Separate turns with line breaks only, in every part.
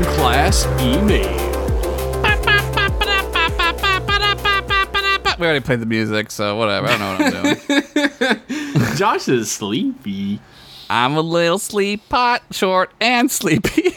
This email.
We already played the music, so whatever. I don't know what I'm doing.
Josh is sleepy.
I'm a little sleep pot, short and sleepy.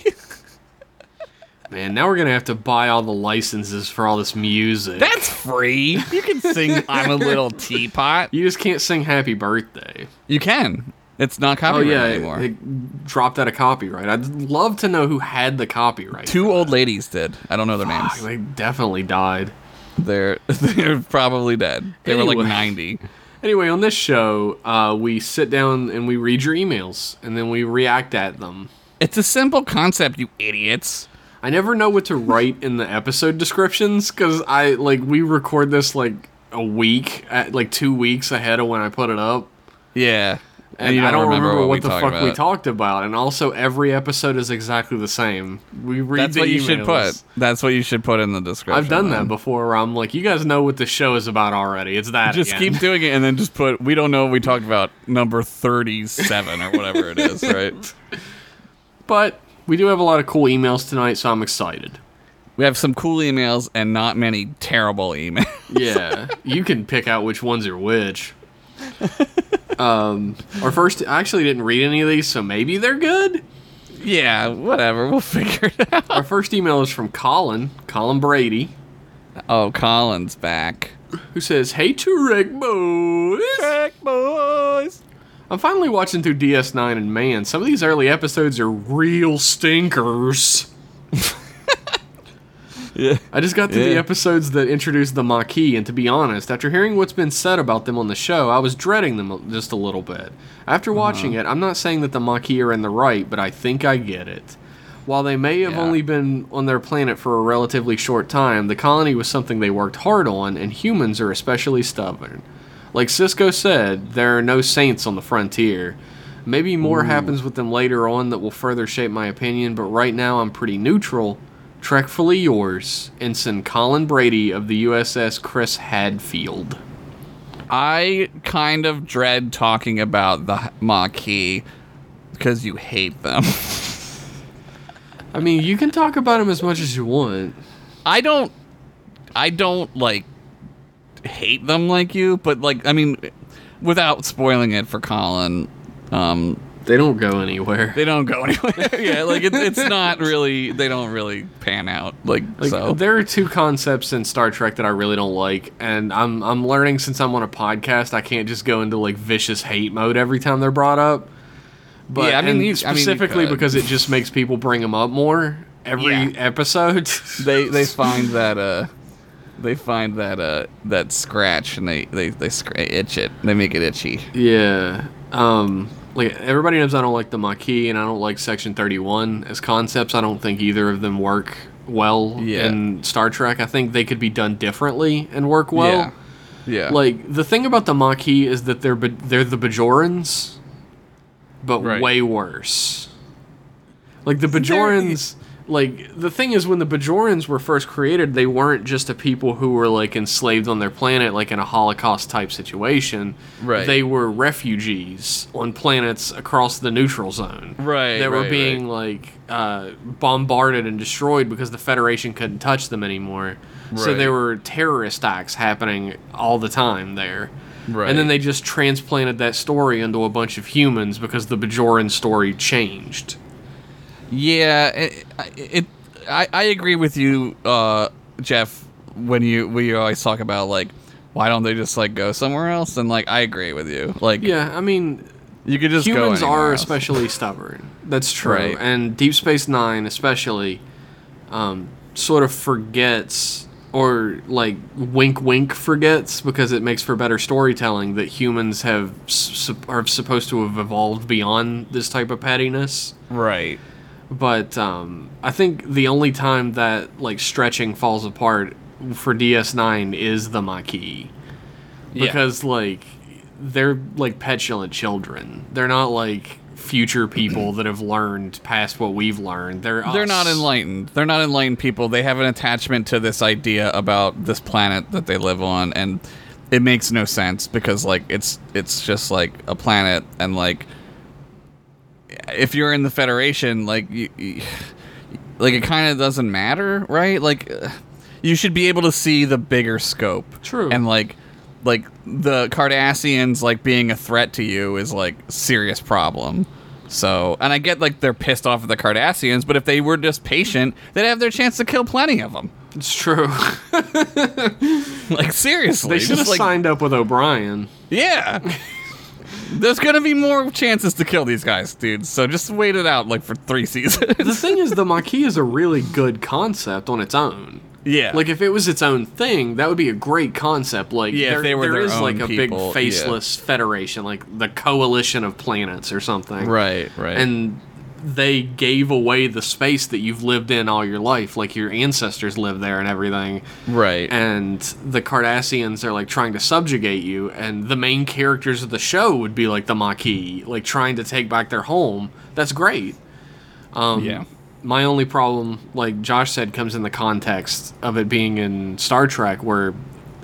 Man, now we're gonna have to buy all the licenses for all this music.
That's free. You can sing I'm a little teapot.
you just can't sing "Happy Birthday."
You can. It's not
Oh
copyright
yeah, it,
anymore.
it dropped out of copyright. I'd love to know who had the copyright.
Two old ladies did. I don't know their
Fuck,
names.
They definitely died.
They're they're probably dead. They were
Anyway.
like 90.
Anyway, on this show, uh, we sit down and we read your emails, and then we react at them.
It's a simple concept, you idiots.
I never know what to write in the episode descriptions because I like we record this like a week, at, like two weeks ahead of when I put it up,
Yeah.
and, I don't remember, what, the
talked
fuck we
about.
talked about. And also, every episode is exactly the same. We read
That's
the
what you should
emails.
put. That's what you should put in the description.
I've done
then.
that before. Where I'm like, you guys know what the show is about already. It's that.
Just
again."
keep doing it and then just put we don't know what we talked about number 37 or whatever it is, right?
But we do have a lot of cool emails tonight, so I'm excited.
We have some cool emails and not many terrible emails.
Yeah, you can pick out which ones are which. Um, our first, I actually didn't read any of these, so maybe they're good.
yeah, whatever. We'll figure it out.
Our first email is from Colin, Colin Brady,
Oh, Colin's back.
who says, "Hey, Turek boys,
Back boys.
I'm finally watching through DS9, and man, some of these early episodes are real stinkers."
Yeah.
I just got through the
Yeah.
episodes that introduced the Maquis, and to be honest, after hearing what's been said about them on the show, I was dreading them just a little bit. After
Uh-huh.
watching it, I'm not saying that the Maquis are in the right, but I think I get it. While they may have
Yeah.
only been on their planet for a relatively short time, the colony was something they worked hard on, and humans are especially stubborn. Like Cisco said, there are no saints on the frontier. Maybe more happens with them later on that will further shape my opinion, but right now I'm pretty neutral. Trekfully yours, Ensign Colin Brady of the USS Chris Hadfield.
I kind of dread talking about the Maquis because you hate them.
I mean, you can talk about him as much as you want.
I don't I don't like hate them like you, but like I mean without spoiling it for Colin, um
They don't go anywhere.
they don't go anywhere. yeah, like it, it's not really they don't really pan out like,
Like,
so.
There are two concepts in Star Trek that I really don't like, and I'm I'm learning since I'm on a podcast, I can't just go into like vicious hate mode every time they're brought up. But
Yeah, I mean,
and
you- I mean, you
specifically
could.
because it just makes people bring them up more every
Yeah.
episode.
They they find that uh they find that uh that scratch and they they they scr- itch it. They make it itchy.
Yeah. Um like everybody knows I don't like the Maquis and I don't like Section 31 as concepts. I don't think either of them work well
Yeah.
in Star Trek. I think they could be done differently and work well.
yeah. Yeah.
Like the thing about the Maquis is that they're be- they're the Bajorans but
Right.
way worse. Like the Bajorans like the thing is when the Bajorans were first created, they weren't just a people who were like enslaved on their planet like in a Holocaust type situation.
Right.
They were refugees on planets across the neutral zone.
Right,
That were
right,
being like uh, bombarded and destroyed because the Federation couldn't touch them anymore. So
Right.
there were terrorist acts happening all the time there. And then
Right.
they just transplanted that story into a bunch of humans because the Bajoran story changed.
Yeah, it, it I, I agree with you, uh, Jeff. When you we always talk about like, why don't they just like go somewhere else? And like, I agree with you. Like,
Yeah, I mean,
you could just
humans
go
are
anywhere else.
especially stubborn. That's true.
Right.
And Deep Space Nine, especially, um, sort of forgets or like wink wink forgets because it makes for better storytelling that humans have su- are supposed to have evolved beyond this type of pettiness.
right.
But um, I think the only time that like stretching falls apart for DS9 is the Maquis
yeah.
because like they're like petulant children. They're not like future people that have learned past what we've learned. They're
they're
us.
not enlightened. They're not enlightened people. They have an attachment to this idea about this planet that they live on, and it makes no sense because like it's it's just like a planet, and like if you're in the Federation, like you. you like it kind of doesn't matter, right? Like uh, you should be able to see the bigger scope.
True.
And like like the Cardassians like being a threat to you is like serious problem. So, and I get like they're pissed off at the Cardassians, but if they were just patient, they'd have their chance to kill plenty of them.
It's true.
Like seriously,
they should have
just, like,
signed up with O'Brien.
Yeah. There's gonna be more chances to kill these guys, dude. So just wait it out like for three seasons.
The thing is, the Maquis is a really good concept on its own.
yeah.
Like if it was its own thing, that would be a great concept. Like
Yeah, if
there-
they were
there
their
is,
own
like a
people, yeah.
big faceless federation, like the Coalition of Planets or something.
right, right.
And they gave away the space that you've lived in all your life, like your ancestors lived there and everything.
right.
And the Cardassians are like trying to subjugate you, and the main characters of the show would be like the Maquis, like trying to take back their home. That's great.
yeah.
my only problem, like Josh said, comes in the context of it being in Star Trek, where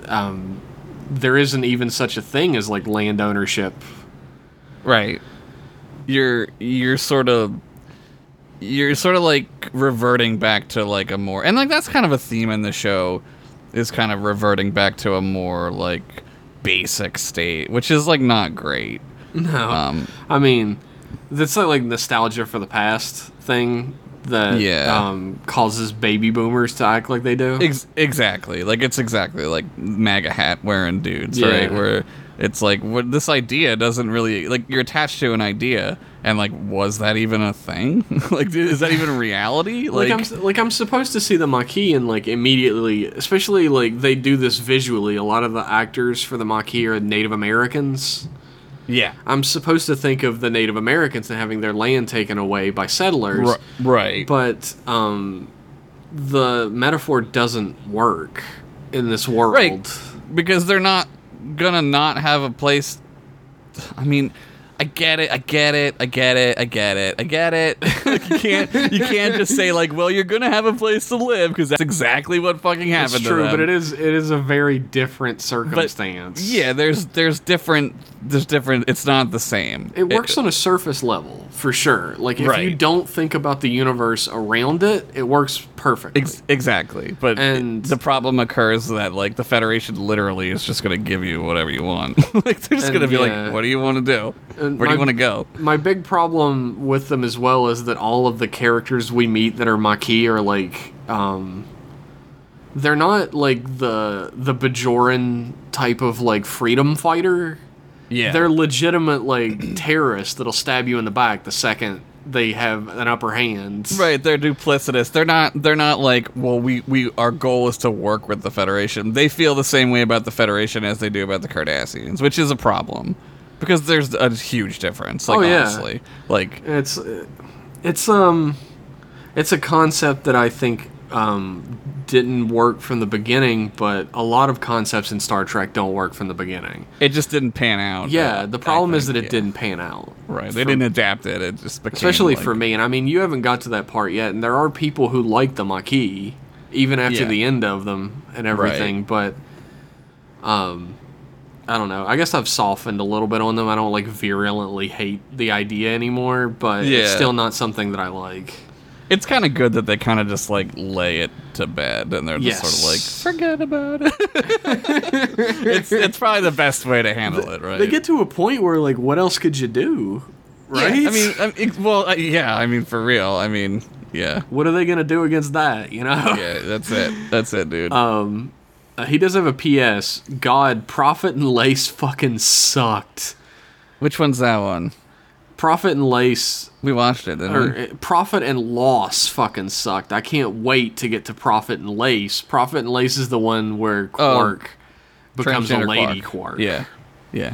um, there isn't even such a thing as like land ownership.
Right. You're you're sort of you're sort of like reverting back to like a more and like that's kind of a theme in the show is kind of reverting back to a more like basic state, which is like not great.
No,
Um
I mean, that's like, like nostalgia for the past thing that
Yeah.
um, causes baby boomers to act like they do.
Ex- exactly. Like it's exactly like MAGA hat wearing dudes,
Yeah.
right? Where it's like what this idea doesn't really like you're attached to an idea, and like was that even a thing? like is that even reality?
like,
Like,
I'm s- like I'm supposed to see the Maquis and like immediately, especially like they do this visually. A lot of the actors for the Maquis are Native Americans.
yeah,
I'm supposed to think of the Native Americans and having their land taken away by settlers,
R- right,
but um, the metaphor doesn't work in this world.
Right. because they're not gonna not have a place. I mean. I get it. I get it. I get it. I get it. I get it. Like, you can't. You can't just say like, "Well, you're gonna have a place to live," because that's exactly what fucking happened.
It's
to
true,
them.
but it is it is a very different circumstance.
Yeah, there's there's different there's different. It's not the same.
It works on a surface level for sure. Like if you
Right.
don't think about the universe around it, it works perfectly.
Ex- exactly, but
And-
the problem occurs that like the Federation literally is just gonna give you whatever you want. like they're just
And,
gonna be
yeah.
like, what do you want to do?
And
Where do you
my-
want to go?
My big problem with them as well is that all of the characters we meet that are Maquis are like, um, they're not like the the Bajoran type of like freedom fighter.
Yeah,
They're legitimate like terrorists that'll stab you in the back the second they have an upper hand.
right. They're duplicitous. They're not. They're not like. Well, we we our goal is to work with the Federation. They feel the same way about the Federation as they do about the Cardassians, which is a problem because there's a huge difference. Like
Oh, yeah.
honestly, like
It's it's um it's a concept that I think um didn't work from the beginning, but a lot of concepts in Star Trek don't work from the beginning.
it just didn't pan out.
Yeah,
uh,
the
I
problem is
think,
that it
yeah.
didn't pan out.
Right. They
For-
didn't adapt it. It just became
Especially
like-
for me, and I mean, you haven't got to that part yet, and there are people who like the Maquis, even after
Yeah.
the end of them and everything, but, um, I don't know. I guess I've softened a little bit on them. I don't, like, virulently hate the idea anymore, but it's
Yeah.
still not something that I like.
It's kind of good that they kind of just like lay it to bed and they're just
Yes.
sort of like forget about it. it's it's probably the best way to handle it, right?
They get to a point where, like, what else could you do?
Yeah,
Right?
I mean, I mean, it- well, uh, yeah. I mean, for real. I mean, yeah,
what are they going to do against that, you know?
yeah. That's it. That's it, dude.
Uh, he does have a PS. God, Prophet and Lace fucking sucked.
Which one's that one?
Prophet and Lace,
We watched it. Didn't
or
we?
uh, Prophet and Loss fucking sucked. I can't wait to get to Prophet and Lace. Prophet and Lace is the one where Quark becomes a
Um, Transgender
lady Quark,
Yeah, yeah.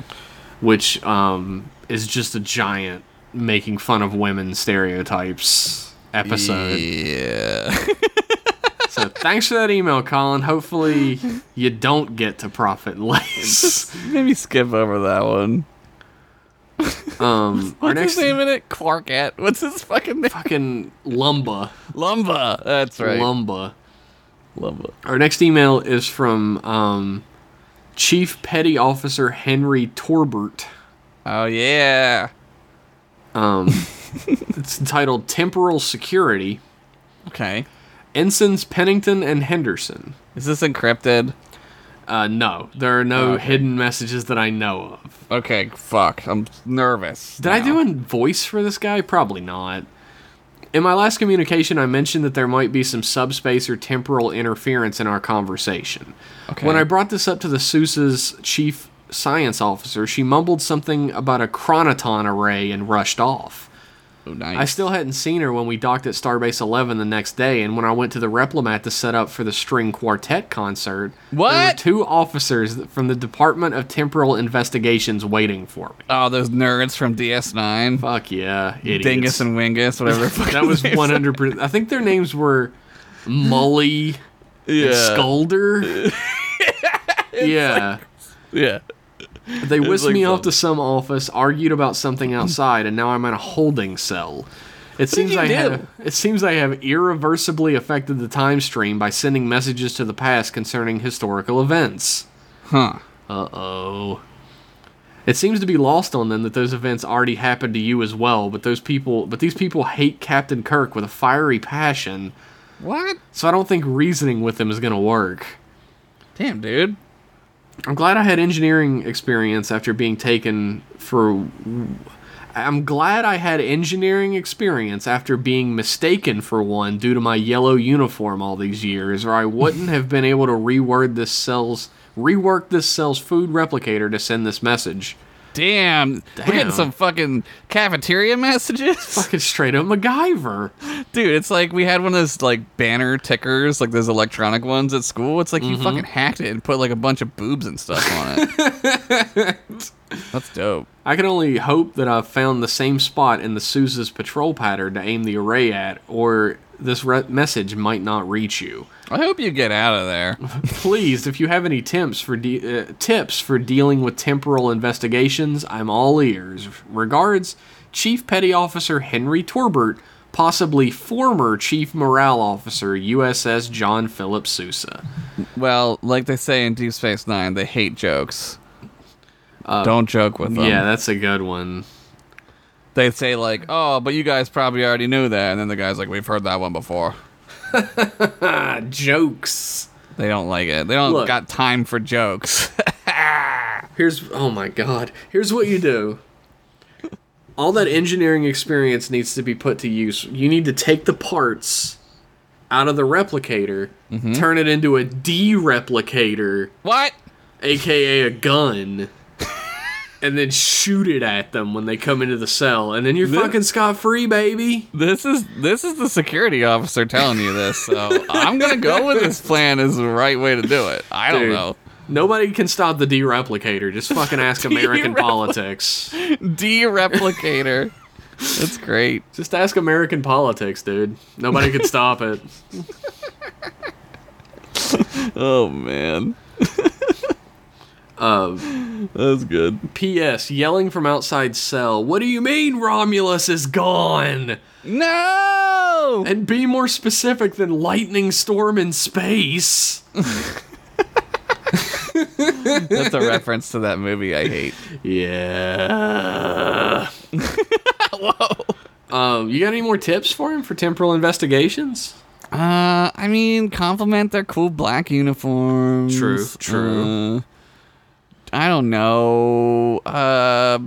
which um, is just a giant making fun of women stereotypes episode.
Yeah.
So thanks for that email, Colin. Hopefully you don't get to Prophet and Lace.
Maybe skip over that one.
Um, our
What's
next
his name in it? Quarkette. What's his fucking name?
fucking Lumba.
Lumba. That's right.
Lumba.
Lumba.
Our next email is from um, Chief Petty Officer Henry Torbert.
Oh yeah.
Um, it's entitled Temporal Security.
Okay.
Ensigns Pennington and Henderson.
Is this encrypted?
Uh, no, there are no
Okay.
hidden messages that I know of.
Okay, fuck. I'm nervous.
Did I do a voice for this guy? Probably not. In my last communication, I mentioned that there might be some subspace or temporal interference in our conversation.
Okay.
When I brought this up to the Seuss's chief science officer, she mumbled something about a chronoton array and rushed off.
Oh, nice.
I still hadn't seen her when we docked at Starbase 11 the next day, and when I went to the Replomat to set up for the string quartet concert, there were
What?
two officers from the Department of Temporal Investigations waiting for me.
oh, those nerds from DS9.
Fuck yeah, idiots.
Dingus and Wingus, whatever. the fuck
that was
their names
one hundred percent. I think their names were Mully
are. Yeah.
and Skulder. yeah,
Yeah.
they whisked
like
me
some-
off to some office, argued about something outside, and now I'm in a holding cell. It seems
you
I
do?
have it seems I have irreversibly affected the time stream by sending messages to the past concerning historical events.
Huh.
Uh oh. It seems to be lost on them that those events already happened to you as well, but those people but these people hate Captain Kirk with a fiery passion,
What?
so I don't think reasoning with them is gonna work.
Damn, dude.
I'm glad I had engineering experience after being taken for I'm glad I had engineering experience after being mistaken for one due to my yellow uniform all these years, or I wouldn't have been able to reword this cell's rework this cell's food replicator to send this message.
Damn. We're
Damn.
getting some fucking cafeteria messages.
Fucking straight up MacGyver.
Dude, it's like we had one of those like banner tickers, like those electronic ones at school. It's like
Mm-hmm.
you fucking hacked it and put like a bunch of boobs and stuff on it. That's dope.
I can only hope that I've found the same spot in the Sousa's patrol pattern to aim the array at, or this re- message might not reach you.
I hope you get out of there.
Please, if you have any tips for de- uh, tips for dealing with temporal investigations, I'm all ears. Regards, Chief Petty Officer Henry Torbert, possibly former Chief Morale Officer USS John Philip Sousa.
Well, like they say in Deep Space Nine, they hate jokes. Don't joke with them.
Um, Yeah, that's a good one.
They say like, "Oh, but you guys probably already knew that," and then the guy's like, "We've heard that one before."
Ah, jokes.
They don't like it. They don't
Look.
got time for jokes.
Here's oh my god. Here's what you do. All that engineering experience needs to be put to use. You need to take the parts out of the replicator,
Mm-hmm.
turn it into a dereplicator,
what?
aka a gun, and then shoot it at them when they come into the cell, and then you're fucking scot free, baby.
This is this is the security officer telling you this. So I'm gonna go with this plan is the right way to do it. I don't
Dude,
know.
Nobody can stop the dereplicator. Just fucking ask American
Derepli-
politics.
Dereplicator. That's great.
Just ask American politics, dude. Nobody can stop it.
Oh man.
Um,
That's good.
P.S. Yelling from outside cell. What do you mean Romulus is gone?
No.
And be more specific than lightning storm in space.
That's a reference to that movie I hate.
Yeah. Whoa. Um, you got any more tips for him for temporal investigations?
Uh, I mean, compliment their cool black uniforms.
True, true.
Uh, I don't know. Uh,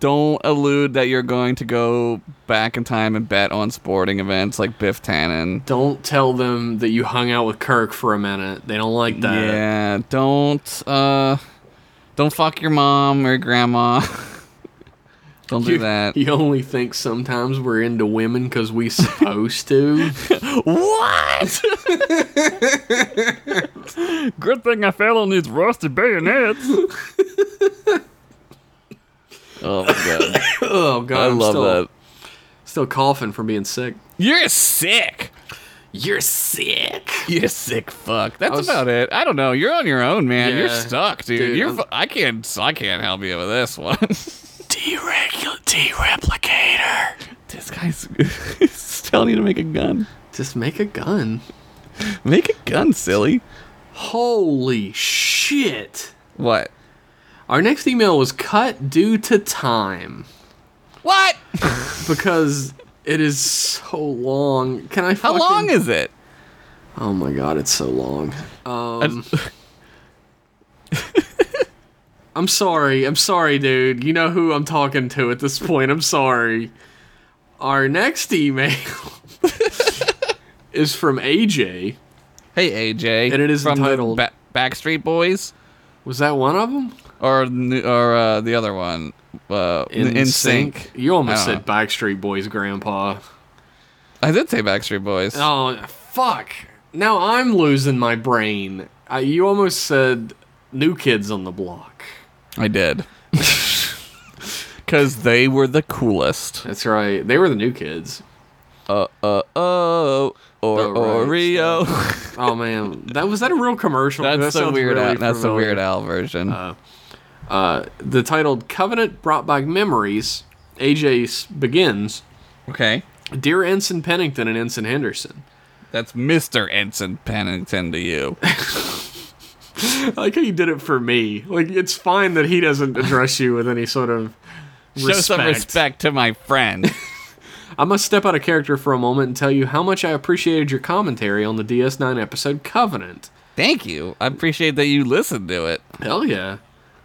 don't allude that you're going to go back in time and bet on sporting events like Biff Tannen.
Don't tell them that you hung out with Kirk for a minute. They don't like that.
yeah, don't uh, don't fuck your mom or your grandma. don't do
You,
that.
you only think sometimes we're into women because we supposed to.
What? Good thing I fell on these rusty bayonets. oh my god,
oh god,
I
I'm
love
still,
that.
Still coughing from being sick.
You're sick.
You're sick.
You're sick. Fuck. That's
was-
about it. I don't know. You're on your own, man. You're
Yeah.
stuck, dude.
Dude,
You're.
I'm-
Fu- I can't. I can't help you with this one.
Deregul- dereplicator.
this guy's he's telling you to make a gun.
Just make a gun.
Make a gun, silly.
Holy shit.
What?
Our next email was cut due to time
What?
because It is so long. Can I?
How
fucking...
long is it?
Oh my god, it's so long. Um, I'm sorry. I'm sorry, dude. You know who I'm talking to at this point. I'm sorry. Our next email is from AJ.
hey AJ,
And it is
from the
entitled-
ba- Backstreet Boys
Was that one of them?
or n- or uh, the other one, uh, In Sync.
You almost
I
said
don't
Backstreet Boys, Grandpa.
I did say Backstreet Boys.
Oh fuck! Now I'm losing my brain. Uh, you almost said New Kids on the Block.
I did. Cause they were the coolest.
That's right. They were the New Kids.
Uh uh oh or
Oh, right,
Oreo.
Oh man, that was that a real commercial?
that's
That
the
sounds
weird.
really
Al, that's the
familiar.
Weird Al version.
Uh, the titled "Covenant Brought Back Memories." AJ s- begins.
okay,
Dear Ensign Pennington and Ensign Henderson,
that's Mister Ensign Pennington to you.
I like how you did it for me. Like it's fine that he doesn't address you with any sort of
Show some respect to my friend.
I must step out of character for a moment and tell you how much I appreciated your commentary on the DS9 episode Covenant.
Thank you. I appreciate that you listened to it.
Hell yeah.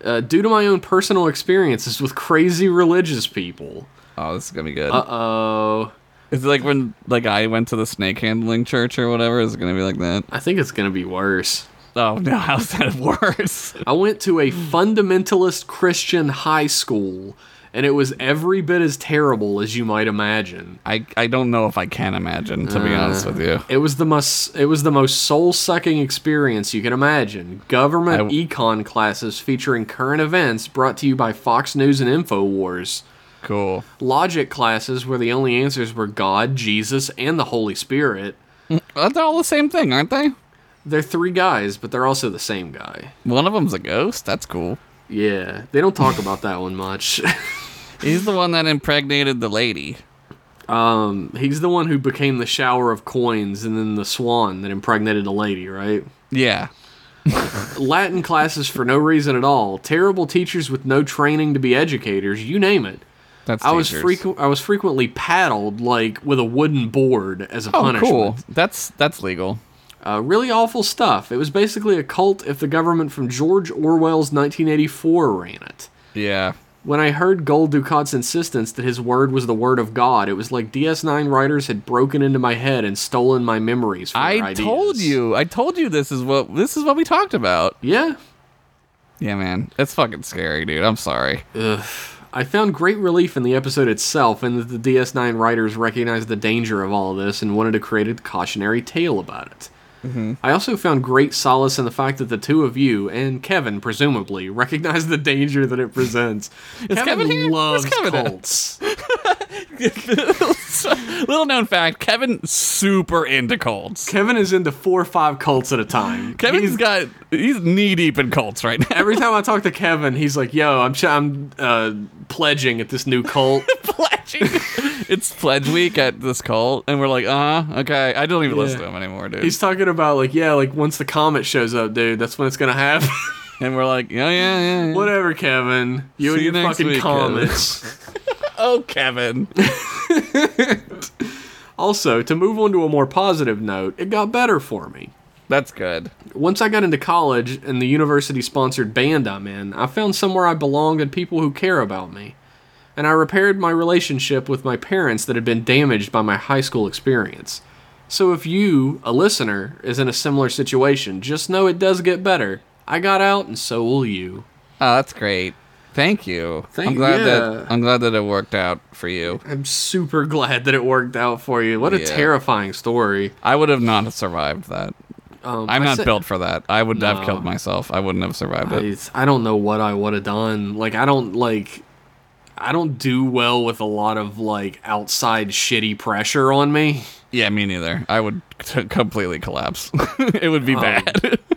Uh, due to my own personal experiences with crazy religious people.
Oh, this is gonna be good.
Uh oh.
It's like when like I went to the snake handling church or whatever. Is it gonna be like that?
I think it's going to be worse.
Oh no, how's that worse?
I went to a fundamentalist Christian high school, and it was every bit as terrible as you might imagine.
I I don't know if I can imagine to
Uh.
be honest with you.
It was the most it was the most soul-sucking experience you can imagine. Government
I-
econ classes featuring current events brought to you by Fox News and InfoWars.
Cool.
Logic classes where the only answers were God, Jesus, and the Holy Spirit.
Well, They're all the same thing, aren't they?
They're three guys, but they're also the same guy.
One of them's a ghost. That's cool.
Yeah, they don't talk about that one much.
He's the one that impregnated the lady.
um, he's the one who became the shower of coins and then the swan that impregnated a lady, right?
Yeah.
Latin classes for no reason at all, terrible teachers with no training to be educators, you name it.
That's
I was
teachers.
frequ- I was frequently paddled like with a wooden board as a
Oh,
punishment.
cool. That's that's legal.
Uh, really awful stuff. It was basically a cult if the government from George Orwell's 1984 ran it.
Yeah.
When I heard Gold Ducat's insistence that his word was the word of God, it was like DS9 writers had broken into my head and stolen my memories. From
I
their ideas.
told you. I told you this is what this is what we talked about.
Yeah.
Yeah, man. That's fucking scary, dude. I'm sorry.
Ugh. I found great relief in the episode itself, and that the DS9 writers recognized the danger of all this and wanted to create a cautionary tale about it. I also found great solace in the fact that the two of you and Kevin, presumably, recognize the danger that it presents.
Kevin here?
loves
Where's Kevin at?
cults.
Little known fact, Kevin super into cults.
Kevin is into four or five cults at a time.
Kevin's
He's-
got he's knee deep in cults right now.
every time I talk to Kevin, he's like, "Yo, I'm ch- I'm uh, pledging at this new cult."
Pledging. it's pledge week at this cult, and we're like, uh huh, okay. I don't even
Yeah.
listen to him anymore, dude.
he's talking about like, yeah, like once the comet shows up, dude, that's when it's gonna happen.
and we're like, yeah, yeah, yeah. yeah.
Whatever, Kevin. You
See
and
you
your
next
fucking
week,
comments.
Oh, Kevin.
also, to move on to a more positive note, it got better for me.
That's good.
Once I got into college and the university sponsored band I'm in, I found somewhere I belonged and people who care about me. And I repaired my relationship with my parents that had been damaged by my high school experience. So if you, a listener, is in a similar situation, just know it does get better. I got out and so will you.
Oh, that's great. Thank you.
Thank-
I'm glad
yeah.
that I'm glad that it worked out for you.
I'm super glad that it worked out for you. What a
Yeah.
terrifying story.
I would have not survived that.
Um,
I'm
I
not
said-
built for that. I would
No.
have killed myself. I wouldn't have survived it.
It's- I don't know what I would have done. Like I don't like I don't do well with a lot of like outside shitty pressure on me.
Yeah, me neither. I would t- completely collapse. it would be
Oh.
bad.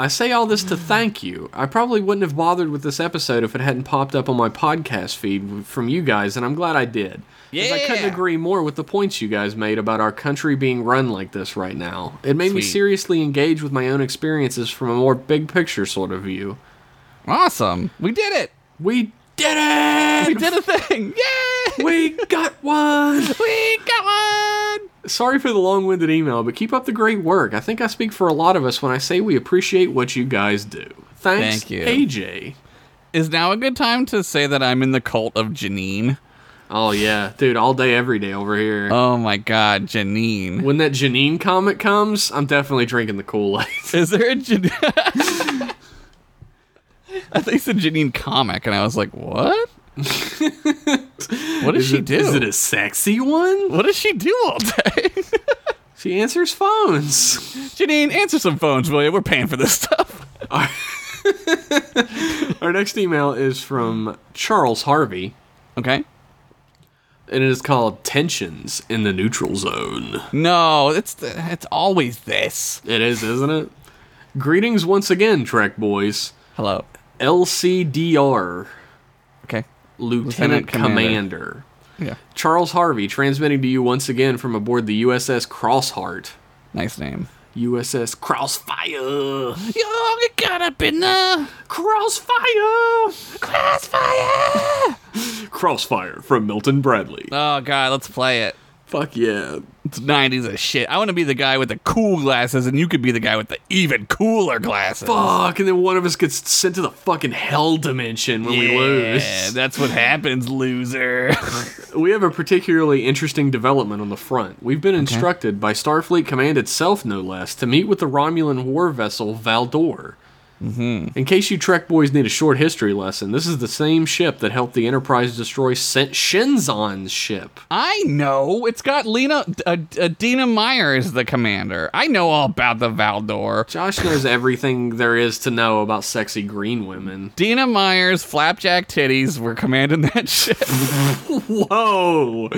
I say all this to
Mm.
thank you. I probably wouldn't have bothered with this episode if it hadn't popped up on my podcast feed from you guys, and I'm glad I did. 'Cause I couldn't
Yeah.
agree more with the points you guys made about our country being run like this right now. It made me
Sweet.
seriously engage with my own experiences from a more big picture sort of view.
awesome. We did it.
We did it!
We did a thing. Yay!
We got What?
We got one.
Sorry for the long winded email, but keep up the great work. I think I speak for a lot of us when I say we appreciate what you guys do. Thanks,
Thank you.
AJ.
Is now a good time to say that I'm in the cult of Janine?
Oh, yeah. Dude, all day, every day over here.
Oh my god, Janine.
when that Janine comic comes, I'm definitely drinking the Kool Aid.
Is there a Janine? I think it's a Janine comic, and I was like, what? what does
Is
she
it-
do?
Is it a sexy one?
what does she do all day?
She answers phones.
Janine, answer some phones, will you? We're paying for this stuff.
Our next email is from Charles Harvey,
Okay.
and it is called Tensions in the Neutral Zone.
No, it's it's always this.
It is, isn't it? Greetings once again, Trek Boys.
Hello.
LCDR,
Okay.
Lieutenant,
Lieutenant
Commander.
Commander. Yeah.
Charles Harvey transmitting to you once again from aboard the USS Crossheart.
Nice name.
USS Crossfire!
Yo, get caught up in the
Crossfire!
crossfire.
Crossfire from Milton Bradley.
Oh god, let's play it.
Fuck yeah.
It's 90s as shit. I want to be the guy with the cool glasses, and you could be the guy with the even cooler glasses.
Fuck, and then one of us gets sent to the fucking hell dimension when we
Yeah,
lose.
that's what happens, loser.
We have a particularly interesting development on the front. We've been instructed by Starfleet Command itself, no less, to meet with the Romulan war vessel Valdor. Mm-hmm. In case you Trek boys need a short history lesson, this is the same ship that helped the Enterprise destroy Sen- Shenzon's ship.
I know. It's got Lena. Uh, uh, Dina Meyer is the commander. I know all about the Valdor.
Josh knows everything there is to know about sexy green women.
Dina Meyer's flapjack titties were commanding that ship.
Whoa!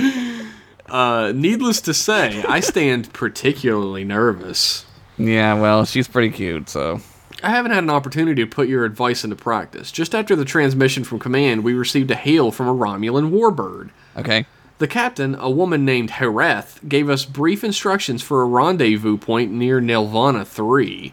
Uh, needless to say, I stand particularly nervous.
yeah, well, she's pretty cute, so.
I haven't had an opportunity to put your advice into practice. Just after the transmission from command, we received a hail from a Romulan warbird.
Okay.
The captain, a woman named Hereth, gave us brief instructions for a rendezvous point near Nelvana 3.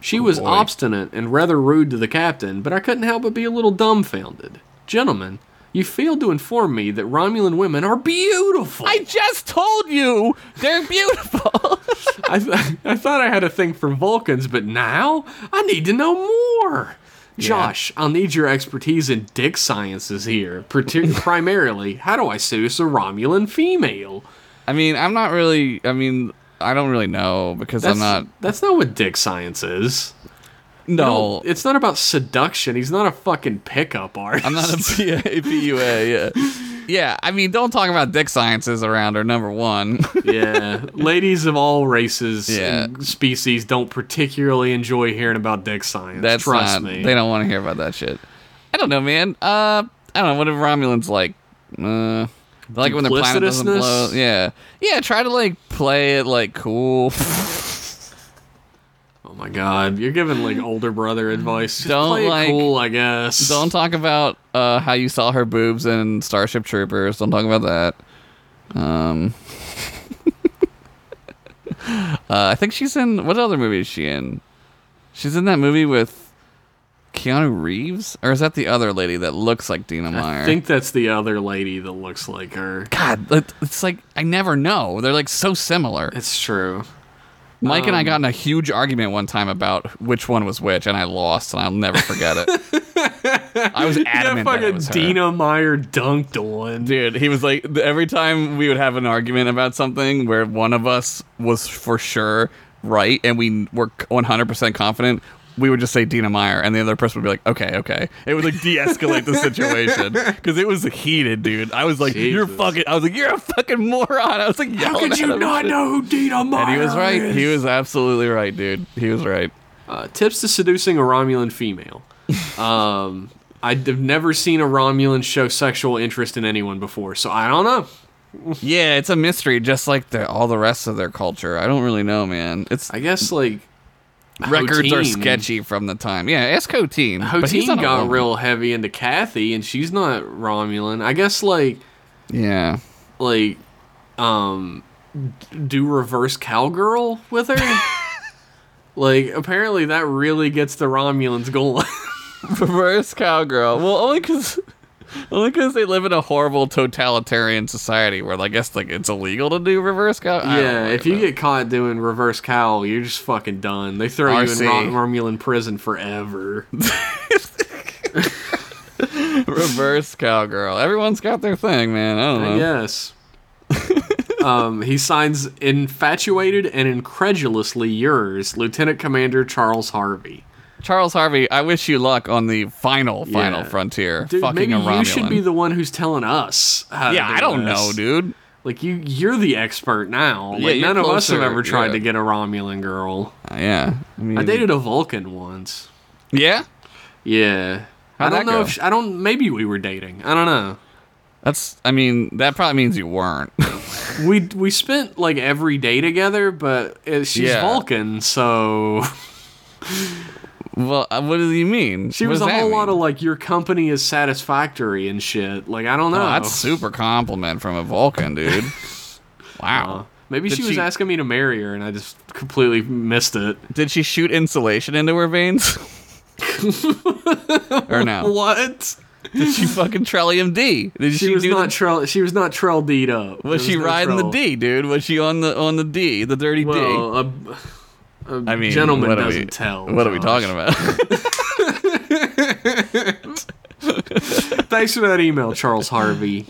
She was
boy.
obstinate and rather rude to the captain, but I couldn't help but be a little dumbfounded. Gentlemen, you failed to inform me that Romulan women are beautiful.
I just told you they're beautiful.
I, th- I thought I had a thing for Vulcans, but now I need to know more. Josh, I'll need your expertise in dick sciences here, parti- primarily. How do I seduce a Romulan female?
I mean, I'm not really. I mean, I don't really know because
That's
I'm not.
That's not what dick science is.
No,
it's not about seduction. He's not a fucking pickup artist.
I'm not a P- a PUA. Yeah, yeah. I mean, don't talk about dick sciences around her. Number one.
yeah, ladies of all races
Yeah.
and species don't particularly enjoy hearing about dick science.
That's
Trust
not.
me.
They don't want to hear about that shit. I don't know, man. Uh, I don't know. What if Romulans like? Uh, they like it when their planet doesn't blow.
Duplicitousness?
Yeah, yeah. Try to like play it like cool.
Oh my god, you're giving like older brother advice. Just
Don't,
play it
like-
cool, I guess.
don't talk about uh how you saw her boobs in Starship Troopers. Don't talk about that. Um. uh, I think she's in what other movie is she in? She's in that movie with Keanu Reeves, or is that the other lady that looks like Dina Meyer?
I think that's the other lady that looks like her.
God, it- it's like I never know. They're like so similar.
It's true.
Mike and I
um,
got in a huge argument one time about which one was which, and I lost, and I'll never forget it. I was
that
adamant that
fucking
it was her.
Dina Meyer dunked on.
Dude, he was like th- every time we would have an argument about something where one of us was for sure right and we were 100% confident, we would just say Dina Meyer and the other person would be like, "Okay, okay." It would like de-escalate the situation cuz it was heated, dude. I was like, "You're
Jesus.
fucking I was like, "You're a fucking moron." I was like,
How
yelling
could
at
you
him.
not know who Dina Meyer
And he was right.
is?
He was absolutely right, dude. He was right.
Uh, tips to seducing a Romulan female. um, I've never seen a Romulan show sexual interest in anyone before, so I don't know.
Yeah, it's a mystery just like the, all the rest of their culture. I don't really know, man. It's
I guess like
records are
Hoteen-
sketchy from the time. Yeah, ask Hoteen. but he's
Hoteen
not a
got
woman.
real heavy into Kathy, and she's not Romulan. I guess like
Yeah.
like um d- do reverse cowgirl with her like apparently that really gets the romulans going
Reverse cowgirl. Well, only because Only because they live in a horrible totalitarian society where I guess like it's illegal to do reverse cow. I don't
Yeah,
like
if you
that.
get caught doing reverse cowl, you're just fucking done. They throw
RC.
you in Rom- Romulan prison forever.
reverse cowgirl, everyone's got their thing, man. I don't know.
Yes. um, he signs infatuated and incredulously yours, Lieutenant Commander Charles Harvey.
Charles Harvey, I wish you luck on the final, final
Yeah.
frontier.
Dude,
Fucking
maybe
a Romulan.
you should be the one who's telling us. How to
yeah, I don't
this.
know, dude.
Like you, you're the expert now. Like
Yeah, you're
none of us have
closer,
ever tried
yeah.
to get a Romulan girl.
Uh, yeah, I, mean,
I dated a Vulcan once.
Yeah,
Yeah.
How'd
I don't
that
know
go?
if she, I don't. Maybe we were dating. I don't know.
that's. I mean, that probably means you weren't.
We we spent like every day together, but uh, she's
Yeah.
Vulcan, so
well, uh, what do you mean?
she
What
was
does
a
that
whole lot of
mean?
like your company is satisfactory and shit. Like I don't know.
Oh, that's super compliment from a Vulcan, dude. wow.
Uh, maybe
Did
she was
she-
asking me to marry her, and I just completely missed it.
Did she shoot insulation into her veins? or no?
What?
Did she fucking Trellium D? Did she,
She, was
do
not
the-
trell. She was not trell deed up. There
was she
no
riding
trell.
the D, dude? Was she on the on the D, the dirty D?
Well, a, a
I mean,
gentleman
what are
doesn't
we,
tell.
What are we
Josh.
talking about?
Thanks for that email, Charles Harvey.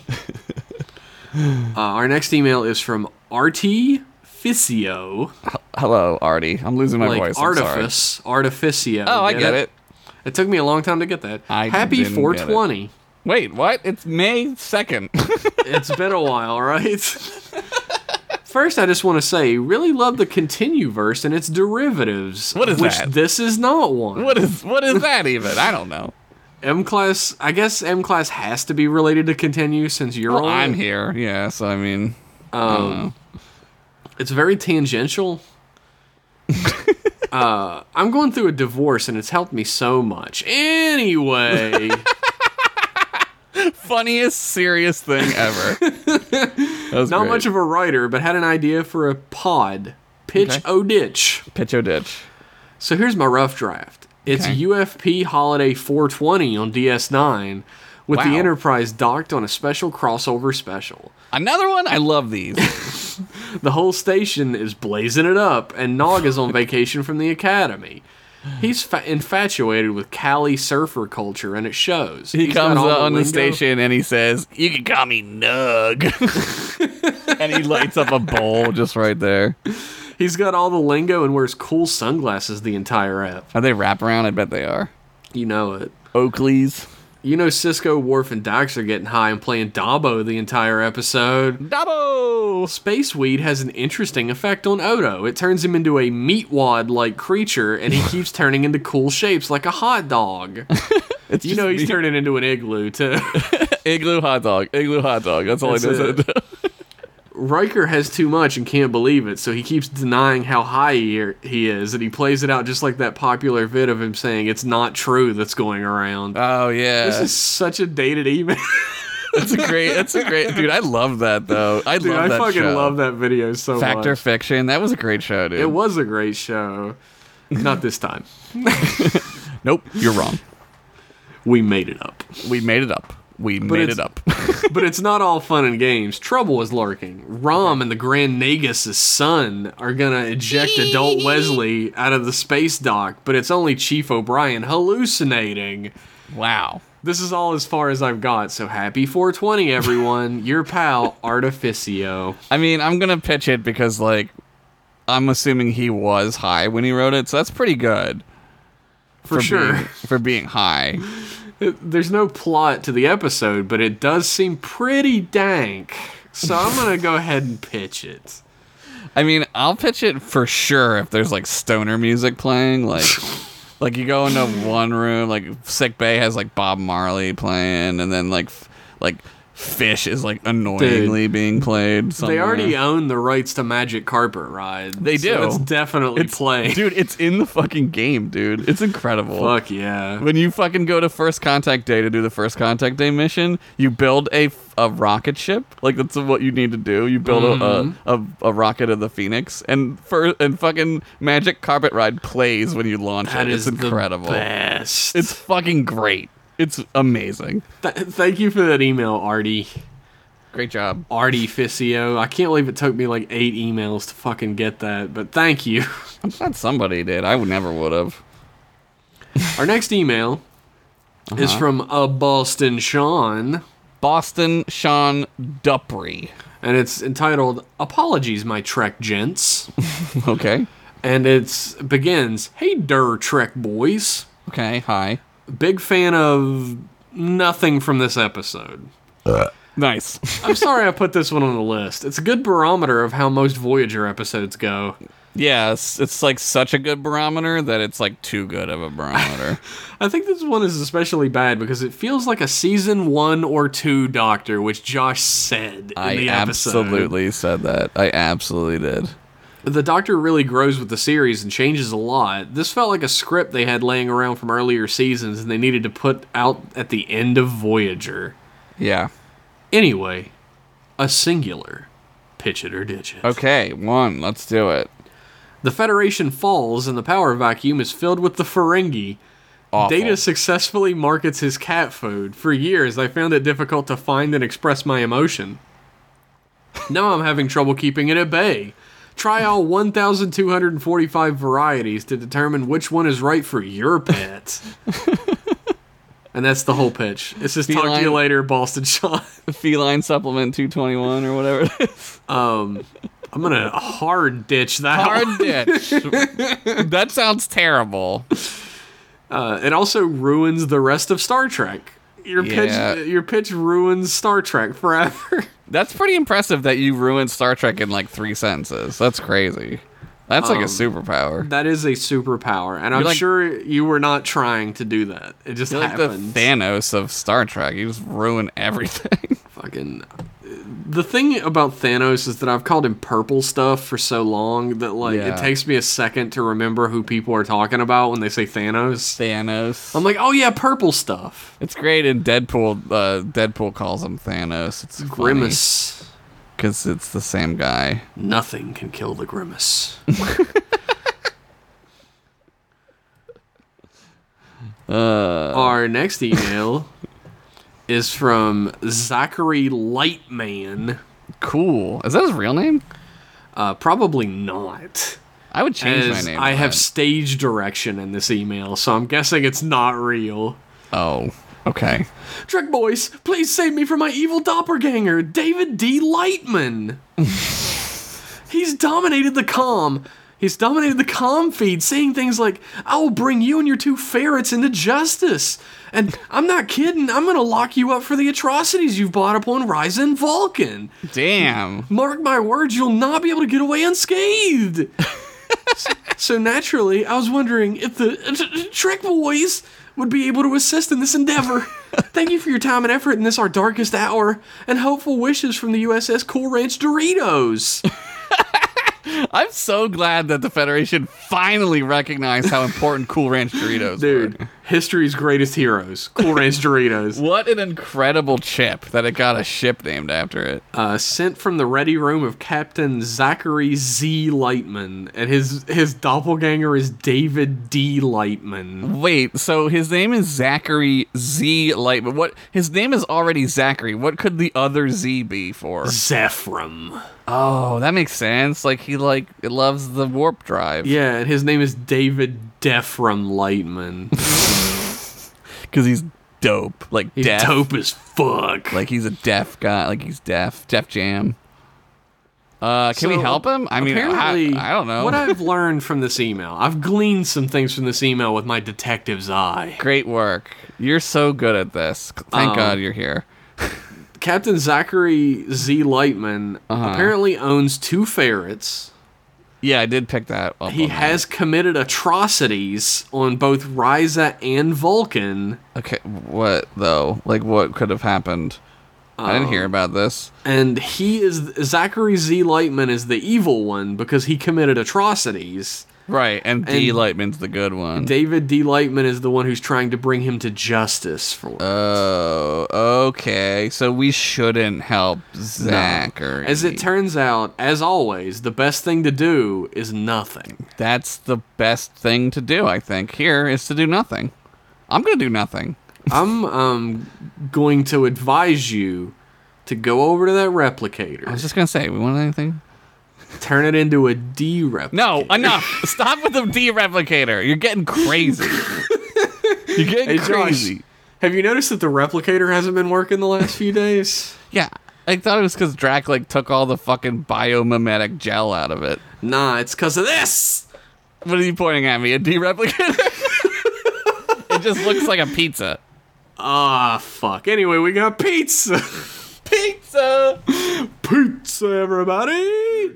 Uh, our next email is from RT Ficio,
Hello, Artie. I'm losing my
like
voice. I'm sorry.
artifice, artificio.
Oh, I get it.
It took me a long time to get that.
I
Happy
didn't get it.
420.
Wait, what? It's May second.
It's been a while, right? First, I just want to say, really love the continue verse and its derivatives.
What is
which
that?
This is not one.
what is what is that even? I don't know.
M class? I guess M class has to be related to continue since you're
Well,
on.
I'm
it.
here. Yeah, so I mean,
It's very tangential. uh, I'm going through a divorce and it's helped me so much. Anyway,
funniest serious thing ever. that was
not
great.
much of a writer, but had an idea for a pod. Pitch
Okay.
o ditch.
pitch o ditch.
So here's my rough draft. It's
Okay.
UFP Holiday 420 on DS9 with the
Wow.
Enterprise docked on a special crossover special.
Another one. I love these.
The whole station is blazing it up, and Nog is on vacation from the academy. He's fa- infatuated with Cali surfer culture, and it shows.
He
He's got
comes
all
up on the
lingo-
station and he says, "You can call me Nug," and he lights up a bowl just right there.
He's got all the lingo and wears cool sunglasses the entire app.
Are they wrap around? I bet they are.
You know it.
Oakleys.
You know Cisco, Worf, and Dax are getting high and playing Dabo the entire episode.
Double.
Space weed has an interesting effect on Odo. It turns him into a meatwad like creature, and he keeps turning into cool shapes like a hot dog.
It's
You know
just
he's
me.
turning into an igloo too.
igloo hot dog, igloo hot dog. That's all
That's
I know.
it. Riker has too much and can't believe it, so he keeps denying how high he, he is, and he plays it out just like that popular vid of him saying it's not true that's going around.
Oh yeah,
this is such a dated email.
that's a great, that's a great dude. I love that though. I
Dude,
love
I
that
fucking
show.
love that video so
Factor
much.
Fiction. That was a great show, dude.
It was a great show. Not this time.
nope, you're wrong.
We made it up.
We made it up. We made
it's-
it up.
But it's not all fun and games. Trouble is lurking. Rom and the Grand Nagus' son are gonna eject adult Wesley out of the space dock, but it's only Chief O'Brien hallucinating.
wow.
This is all as far as I've got, so happy 420, everyone. Your pal, Artificio.
I mean, I'm gonna pitch it because like, I'm assuming he was high when he wrote it, so that's pretty good
For, sure.
being, for being high.
There's no plot to the episode, but it does seem pretty dank. So I'm gonna go ahead and pitch it.
I mean, I'll pitch it for sure if there's like stoner music playing, like like you go into one room, like sick bay has like Bob Marley playing, and then like f- like fish is like annoyingly being played.
They
Somewhere.
already own the rights to Magic Carpet Ride.
They
so
do.
it's definitely
it's
playing.
dude. It's in the fucking game, dude. It's incredible.
Fuck yeah.
When you fucking go to First Contact Day to do the First Contact Day mission, you build a, f- a rocket ship. Like that's what you need to do. You build
Mm-hmm.
a, a, a a rocket of the Phoenix, and for and fucking Magic Carpet Ride plays when you launch
That
it.
is
it's incredible.
The best.
It's fucking great. It's amazing.
Th- thank you for that email, Artie.
Great job.
Artie Fisio. I can't believe it took me like eight emails to fucking get that, but thank you.
I'm glad somebody did. I would never would have.
Our next email is
Uh-huh.
from a Boston Sean,
Boston Sean Dupri.
and it's entitled "Apologies, my Trek gents,"
Okay.
and it's begins, "Hey, der Trek boys,
Okay. Hi.
big fan of nothing from this episode."
Nice.
I'm sorry I put this one on the list. It's a good barometer of how most Voyager episodes go.
yeah, it's, it's like such a good barometer that it's like too good of a barometer.
I think this one is especially bad because it feels like a season one or two Doctor, which Josh said in
I
the episode.
absolutely said that. I absolutely did.
The Doctor really grows with the series and changes a lot. This felt like a script they had laying around from earlier seasons and they needed to put out at the end of Voyager.
Yeah.
Anyway, a singular. Pitch it or ditch it.
Okay. One. Let's do it.
The Federation falls and the power vacuum is filled with the Ferengi.
Awful.
Data successfully markets his cat food. For years, I found it difficult to find and express my emotion. Now I'm having trouble keeping it at bay. Try all 1,245 varieties to determine which one is right for your pet. and that's the whole pitch. It says, talk to you
Feline-
later, Boston Sean.
feline supplement 221 or whatever it is.
I'm going to hard ditch that. one.
Hard ditch. that sounds terrible.
Uh, it also ruins the rest of Star Trek. Your
Yeah.
pitch, your pitch ruins Star Trek forever.
That's pretty impressive that you ruined Star Trek in like three sentences. That's crazy. That's like a superpower.
Um, That is a superpower, and I'm
like-
sure you were not trying to do that. It just
You're like the
happened.
Thanos of Star Trek. You just ruin everything.
Fucking. The thing about Thanos is that I've called him purple stuff for so long that like
Yeah.
it takes me a second to remember who people are talking about when they say Thanos.
Thanos.
I'm like, oh yeah, purple stuff.
Um, it's great in Deadpool. Uh, Deadpool calls him Thanos. It's
Grimace.
because it's the same guy.
Nothing can kill the grimace.
Uh.
Our next email is from Zachary Lightman.
Cool. Is that his real name?
Uh, probably not.
I would change
as
my name.
I
to
have
that.
stage direction in this email, so I'm guessing it's not real.
oh. Okay.
Trek boys, please save me from my evil doppelganger, David D. Lightman. He's dominated the com. He's dominated the com feed, saying things like, I will bring you and your two ferrets into justice. And I'm not kidding, I'm gonna lock you up for the atrocities you've brought upon Ryza and Vulcan.
Damn.
Mark my words, you'll not be able to get away unscathed. so naturally, I was wondering if the uh, t- t- Trek Boys would be able to assist in this endeavor. Thank you for your time and effort in this our darkest hour, and hopeful wishes from the USS Cool Ranch Doritos.
I'm so glad that the Federation finally recognized how important Cool Ranch Doritos were.
Dude, history's greatest heroes, Cool Ranch Doritos,
What an incredible chip that it got a ship named after it.
uh, sent from the ready room of Captain Zachary Z. Lightman, and his his doppelganger is David D. Lightman.
Wait, so his name is Zachary Z Lightman. What his name is already Zachary. What could the other Z be for?
Zephram.
Oh, that makes sense. Like he like loves the warp drive
Yeah, and his name is David Defram Lightman.
because he's dope. Like
He's
deaf.
dope as fuck.
Like he's a deaf guy. Like he's deaf. Deaf jam. Uh, can we
So,
help him? I mean,
apparently,
I, I don't know.
What I've learned from this email, I've gleaned some things from this email with my detective's eye.
Great work. You're so good at this. Thank
Um,
God you're here.
Captain Zachary Z. Lightman
Uh-huh.
apparently owns two ferrets.
Yeah, I did pick that up.
He
on that.
has committed atrocities on both Ryza and Vulcan.
Okay, what though? Like, what could have happened? I didn't
Um,
hear about this.
And he is Zachary Z. Lightman is the evil one because he committed atrocities.
Right, and, D Lightman's the good one.
David D. Lightman is the one who's trying to bring him to justice for.
oh, okay. So we shouldn't help Zachary.
as it turns out, as always, the best thing to do is nothing.
That's the best thing to do, I think. Here is to do nothing. I'm gonna do nothing.
I'm um going to advise you to go over to that replicator,
I was just gonna say, we want anything?
turn it into a D replicator.
No, enough. Stop with the D replicator. You're getting crazy. You're
Hey,
getting
Josh,
crazy.
have you noticed that the replicator hasn't been working the last few days?
Yeah, I thought it was because Drac like took all the fucking biomimetic gel out of it.
Nah, it's because of this.
What are you pointing at me? A D replicator? it just looks like a pizza.
Ah, fuck. Anyway, we got pizza.
Pizza.
pizza, everybody.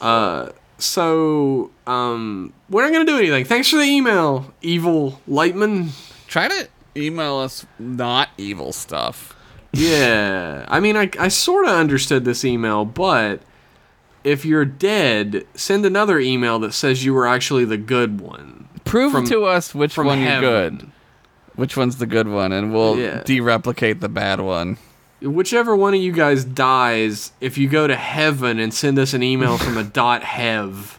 Uh, so um, we're not gonna do anything. Thanks for the email, Evil Lightman.
Try to email us not evil stuff.
Yeah, I mean, I I sort of understood this email, but if you're dead, send another email that says you were actually the good one.
Prove
From-
to us which
from
one you're
heaven.
good. Which one's the good one, and we'll
Yeah.
de-replicate the bad one.
Whichever one of you guys dies, if you go to heaven and send us an email from a dot hev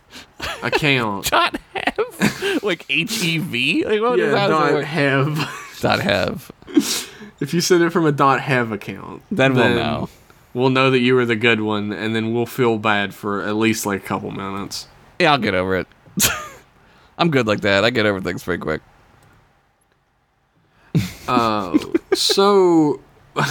account.
Dot have like H E V. Like what is
yeah,
that?
dot
Dot,
hev.
dot have.
If you send it from a dot have account,
Then we'll know.
We'll know that you were the good one, and then we'll feel bad for at least like a couple minutes.
Yeah, I'll get over it. I'm good like that. I get over things pretty quick.
Uh, so,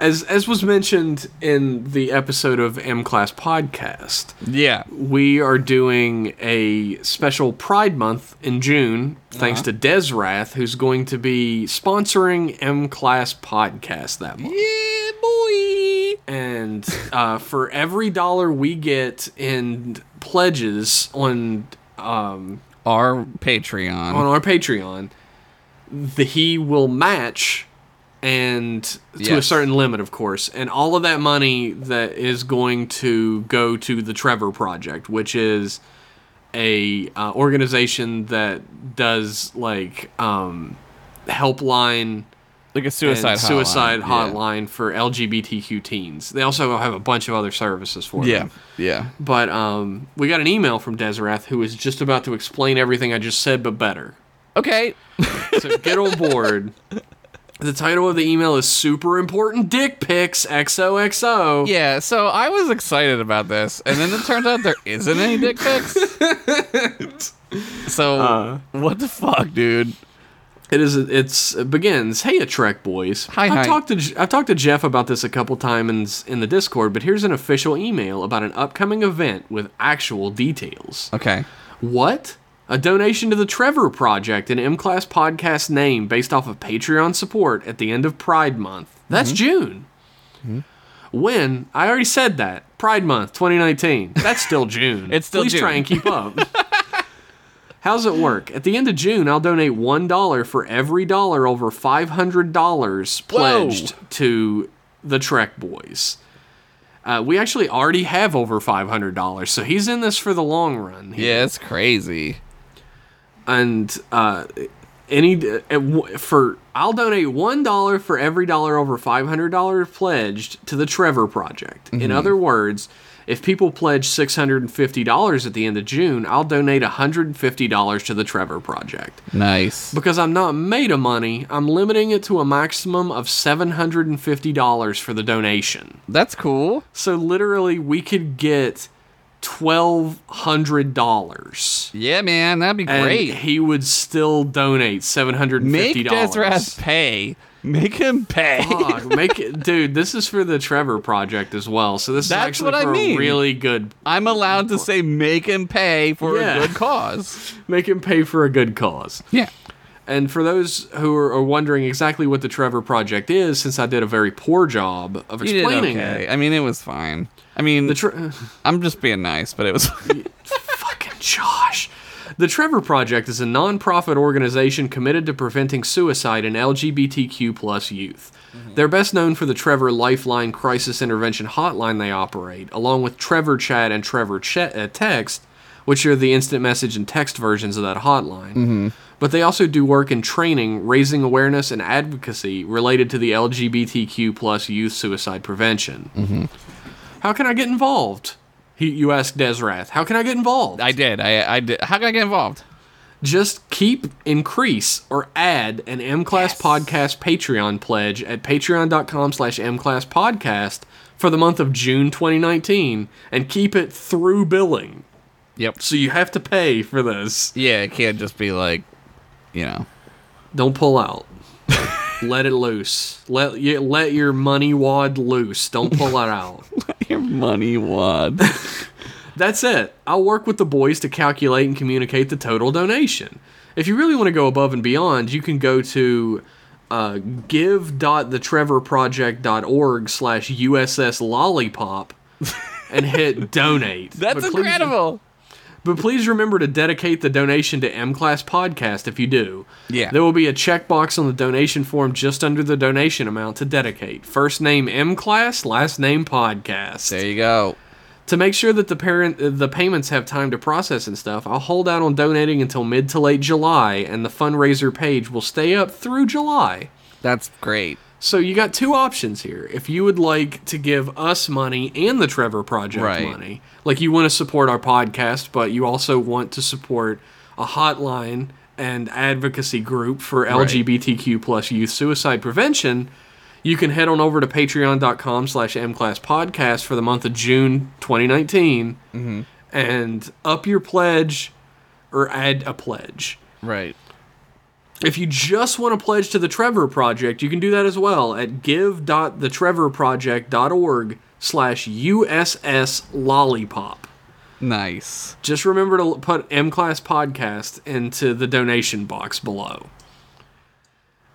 as as was mentioned in the episode of M Class Podcast,
Yeah.
we are doing a special Pride Month in June, thanks
Uh-huh.
to Desrath, who's going to be sponsoring M Class Podcast that month.
Yeah, boy.
and uh, for every dollar we get in pledges on um,
Our Patreon.
on our Patreon, the he will match, and to a
Yes.
certain limit, of course, and all of that money that is going to go to the Trevor Project, which is a uh, organization that does like um, helpline
like a
and
suicide hotline.
suicide
Yeah.
hotline for LGBTQ teens. They also have a bunch of other services for
Yeah.
them.
Yeah.
But um, we got an email from Deserath who is just about to explain everything I just said, but better.
Okay.
So get on board. The title of the email is Super Important Dick Pics XOXO.
Yeah. So I was excited about this, and then it turns out there isn't any dick pics. so
Uh.
what the fuck, dude?
It is. It's it begins. Hey, Trek boys.
Hi,
I've
hi.
talked to J- I've talked to Jeff about this a couple times in the Discord, but here's an official email about an upcoming event with actual details.
Okay.
What? A donation to the Trevor Project, an M Class podcast name based off of Patreon support at the end of Pride Month.
Mm-hmm.
That's June. When? I already said that. Pride Month 2019. That's still June.
It's still
Please
June.
try and keep up. How's it work? At the end of June, I'll donate $1 for every dollar over $500 pledged to the Trek Boys. Uh, we actually already have over $500, so he's in this for the long run. here
Yeah, it's crazy.
and uh, any uh, w- for I'll donate one dollar for every dollar over five hundred dollars pledged to the Trevor Project. In other words, if people pledge six hundred and fifty dollars at the end of June, I'll donate hundred and fifty dollars to the Trevor Project.
Nice.
Because I'm not made of money, I'm limiting it to a maximum of seven hundred and fifty dollars for the donation.
That's cool.
So literally, we could get twelve hundred dollars
Yeah, man, that'd be
and
great.
he would still donate seven hundred and
Make
fifty dollars.
Desrath pay. Uh-huh. Make him pay.
Fuck, make it, dude. This is for the Trevor Project as well. So this
That's
is actually
what I
for a
mean.
really good.
I'm allowed to say make him pay for
Yeah.
a good cause.
Make him pay for a good cause.
Yeah.
And for those who are, are wondering exactly what the Trevor Project is, since I did a very poor job of
You did
explaining
okay.
it,
I mean, it was fine. I mean,
the tre-
I'm just being nice, but it was.
fucking Josh. The Trevor Project is a nonprofit organization committed to preventing suicide in LGBTQ plus youth. They're best known for the Trevor Lifeline Crisis Intervention Hotline they operate, along with Trevor Chat and Trevor Ch- uh, Text, which are the instant message and text versions of that hotline. But they also do work in training, raising awareness, and advocacy related to the LGBTQ plus youth suicide prevention. How can I get involved? He, you asked Desrath. How can I get involved?
I did. I, I did. How can I get involved?
Just keep, increase, or add an M Class
Yes.
Podcast Patreon pledge at patreon.com slash M Class Podcast for the month of June 2019 and keep it through billing.
Yep.
So you have to pay for this.
Yeah, it can't just be like, you know.
Don't pull out. let it loose. Let you, let your money wad loose. Don't pull it out.
Your money wad.
That's it. I'll work with the boys to calculate and communicate the total donation. If you really want to go above and beyond, you can go to uh, give.thetrevorproject.org slash USS Lollipop and hit donate.
That's
But please-
incredible.
but please remember to dedicate the donation to M Class Podcast if you do.
Yeah.
There will be a checkbox on the donation form just under the donation amount to dedicate. First name M Class, last name Podcast.
There you go.
To make sure that the parent uh, the payments have time to process and stuff, I'll hold out on donating until mid to late July, and the fundraiser page will stay up through July.
That's great.
So you got two options here. If you would like to give us money and the Trevor Project
Right.
money, like you want to support our podcast, but you also want to support a hotline and advocacy group for LGBTQ plus youth suicide prevention, you can head on over to patreon.com slash mclasspodcast for the month of June 2019 and up your pledge or add a pledge.
Right.
If you just want to pledge to the Trevor Project, you can do that as well at give.thetrevorproject.org slash USS Lollipop.
Nice.
Just remember to l- put M Class Podcast into the donation box below.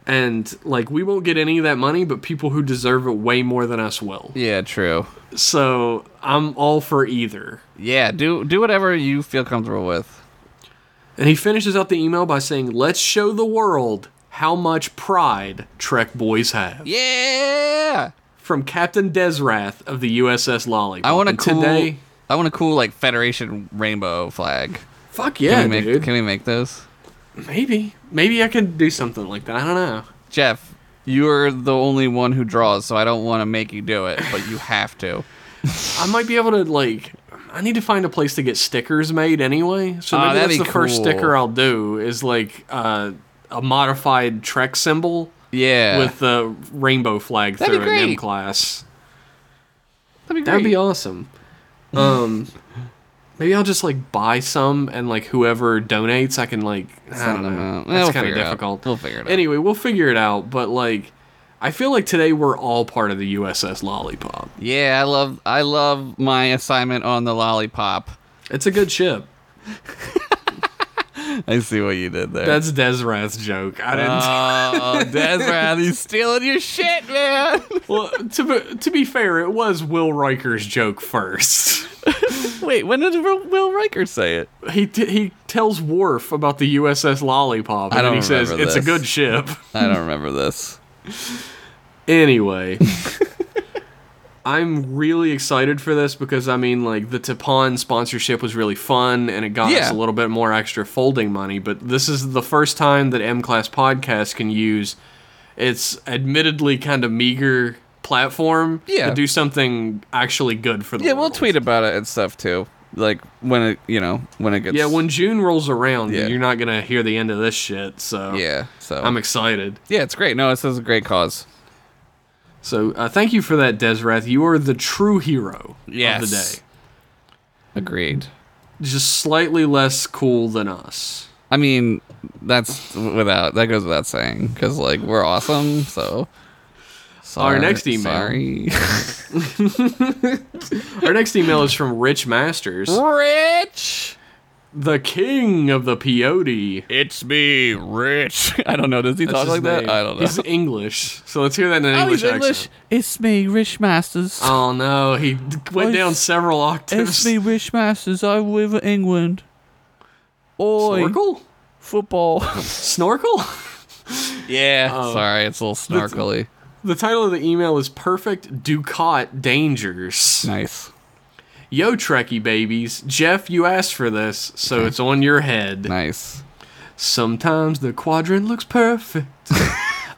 And, like, we won't get any of that money, but people who deserve it way more than us will.
Yeah, true.
So, I'm all for either.
Yeah, do do whatever you feel comfortable with.
And he finishes out the email by saying, Let's show the world how much pride Trek boys have.
Yeah.
from Captain Desrath of the USS Lollipop.
I want a
And
cool
today.
I want a cool like Federation rainbow flag.
Fuck
Can
yeah,
we make
dude.
can we make those?
Maybe, maybe I could do something like that. I don't know.
Jeff, you're the only one who draws, so I don't want to make you do it, but you have to.
I might be able to like. I need to find a place to get stickers made anyway. So
Oh,
maybe
that'd
that's the
be
first
cool.
sticker I'll do is like uh, a modified Trek symbol
Yeah.
with the rainbow flag
That'd be
through it in
great.
M class.
that'd be
That'd be
great.
awesome. Um, maybe I'll just like buy some and like whoever donates, I can like I don't
Send them
know.
out.
That's
We'll
kind of
figure it out.
difficult.
We'll figure it out.
Anyway, we'll figure it out. But like, I feel like today we're all part of the USS Lollipop.
Yeah, I love I love my assignment on the lollipop.
It's a good ship.
I see what you did there.
That's Desrath's joke. I didn't.
Oh, Desrat, he's stealing your shit, man.
well, to be, to be fair, it was Will Riker's joke first.
Wait, when did Will Will Riker say it?
he t- he tells Worf about the USS Lollipop, and
I
then
don't
he says
remember
it's a
this.
good ship.
I don't remember this.
Anyway, I'm really excited for this because I mean, like the Tapon sponsorship was really fun and it got us
Yeah.
a little bit more extra folding money. But this is the first time that M Class Podcast can use its admittedly kind of meager platform
Yeah.
to do something actually good for the
Yeah, we'll
world.
tweet about it and stuff too. Like when it, you know, when it gets.
Yeah, when June rolls around,
Yeah.
you're not gonna hear the end of this shit. So
Yeah, so
I'm excited.
yeah, it's great. No, this is a great cause.
So uh, thank you for that, Desrath. You are the true hero of the
Yes.
day.
Agreed.
just slightly less cool than us.
I mean, that's without that goes without saying because like we're awesome. So sorry,
Our next email.
Sorry,
Our next email is from Rich Masters,
Rich.
the king of the peyote.
It's me, Rich. I don't know. Does he
That's
talk
his
like that?
name.
I don't know. Oh,
He's English, so let's hear that in an English accent.
It's me, Rich Masters.
Oh no, he d- went
Oh,
down
it's-
several octaves.
Rich Masters. I live in England. Oi,
Snorkel?
football.
Snorkel?
yeah. Sorry, it's a little snarkly.
The title of the email is Perfect Ducat Dangers.
Nice.
Yo, Trekkie babies. Jeff, you asked for this, so it's on your head.
Nice.
Sometimes the quadrant looks perfect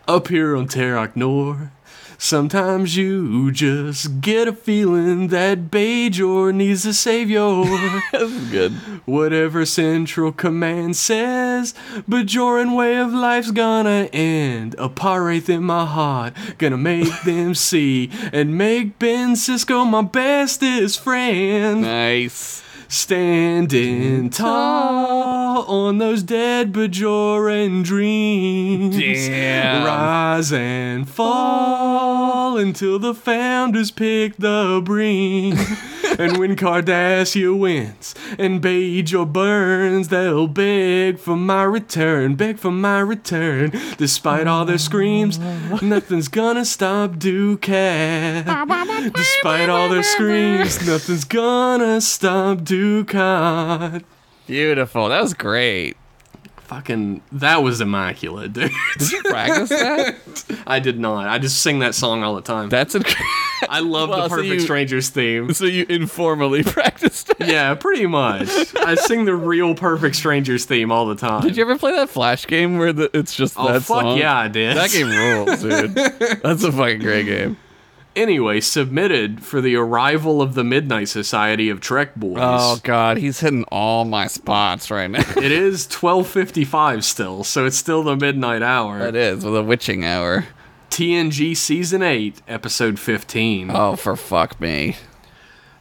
up here on Terok Nor. Sometimes you just get a feeling that Bajor needs a savior.
This is good.
Whatever Central Command says rise, Bajoran way of life's gonna end. A pirate in my heart, gonna make them see, and make Ben Cisco my bestest friend.
Nice.
Standing tall on those dead Bajoran dreams.
Damn.
Rise and fall until the founders pick the brink. and when Cardassia wins and Bajor burns, they'll beg for my return, beg for my return. Despite all their screams, nothing's gonna stop Ducat. Despite all their screams, nothing's gonna stop Ducat.
Beautiful. That was great.
Fucking, that was immaculate, dude.
Did you practice that?
I did not. I just sing that song all the time.
That's inc-
I love
Well,
the
so
Perfect
you-
Strangers theme.
so you informally practiced it.
Yeah, pretty much. I sing the real Perfect Strangers theme all the time.
Did you ever play that Flash game where the, it's just
Oh
that
fuck
song?
yeah, I did.
That game rules, dude. That's a fucking great game.
anyway, submitted for the arrival of the Midnight Society of Trek Boys.
Oh god, he's hitting all my spots right now.
It is 12:55 still, so it's still the midnight hour.
That is with a witching hour.
TNG season 8, episode 15.
Oh, for fuck me.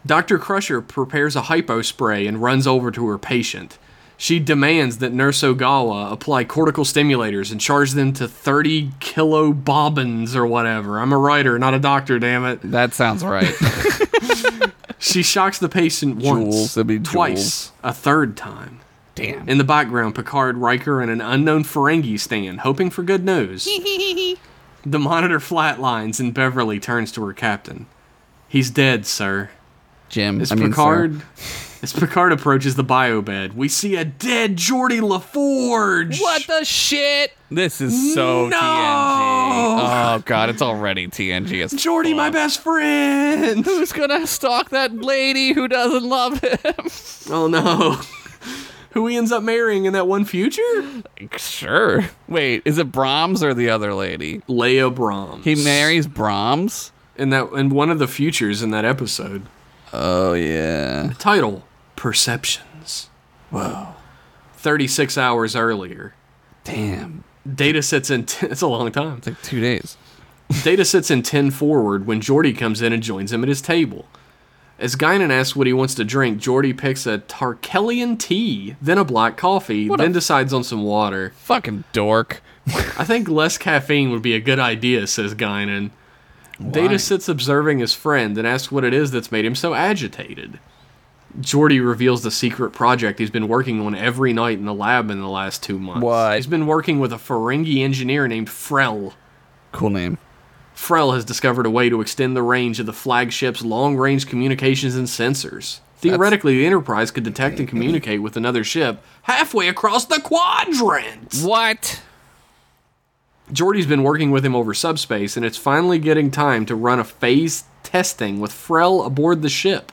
Dr. Crusher prepares a hypo spray and runs over to her patient. She demands that Nurse Ogawa apply cortical stimulators and charge them to 30 kilobobbins or whatever. I'm a writer, not a doctor, damn it.
That sounds right.
She shocks the patient once,
Joules, that'd be
twice, a third time.
Damn.
In the background, Picard, Riker, and an unknown Ferengi stand, hoping for good news. the monitor flatlines, and Beverly turns to her captain. He's dead, sir.
Jim,
As
I mean, sir.
Picard, as Picard approaches the bio bed, we see a dead Geordi LaForge.
What the shit? This is so
No!
TNG. Oh god, it's already TNG. As
Geordi, my best friend.
Who's gonna stalk that lady who doesn't love him?
oh no. Who he ends up marrying in that one future?
sure. Wait, is it Brahms or the other lady?
Leia Brahms.
He marries Brahms.
in that in one of the futures in that episode.
Oh yeah.
Title Perceptions. Whoa. 36 hours earlier.
Damn.
Data sits in. T- it's a long time.
It's like two days.
Data sits in 10 forward when Geordi comes in and joins him at his table. As Guinan asks what he wants to drink, Geordi picks a Tarkelian tea, then a black coffee,
What a-
then decides on some water.
Fucking dork.
I think less caffeine would be a good idea, says Guinan. Data sits observing his friend and asks what it is that's made him so agitated. Geordi reveals the secret project he's been working on every night in the lab in the last two months.
What?
He's been working with a Ferengi engineer named Frel.
Cool name.
Frel has discovered a way to extend the range of the flagship's long range communications and sensors. Theoretically, the Enterprise could detect and communicate with another ship halfway across the quadrant.
What?
Geordi's been working with him over subspace, and it's finally getting time to run a phase testing with Frel aboard the ship.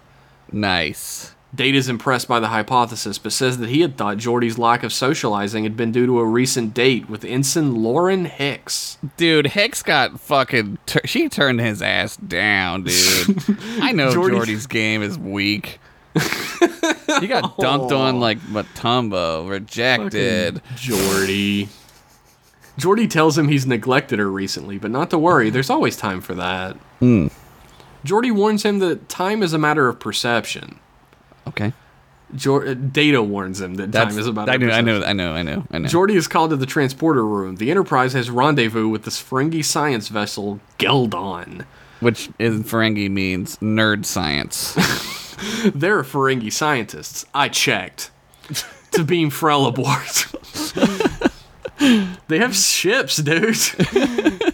Nice.
Data's impressed by the hypothesis, but says that he had thought Geordi's lack of socializing had been due to a recent date with Ensign Lauren Hicks.
Dude, Hicks got fucking. Tur- she turned his ass down, dude. I know
Jordy-
Jordy's game is weak. he got dunked on like Matumbo, rejected.
Jordy. Jordy tells him he's neglected her recently, but not to worry, there's always time for that.
Hmm.
Jordy warns him that time is a matter of perception.
Okay,
Jor- uh, Data warns him that
that's.
time is a matter
I
of
know,
perception.
I know, I know, I know, I know.
Jordy is called to the transporter room. The Enterprise has rendezvous with the Ferengi science vessel Geldon.
Which in Ferengi means nerd science.
They're Ferengi scientists. I checked. to beam Frel aboard. they have ships, dude.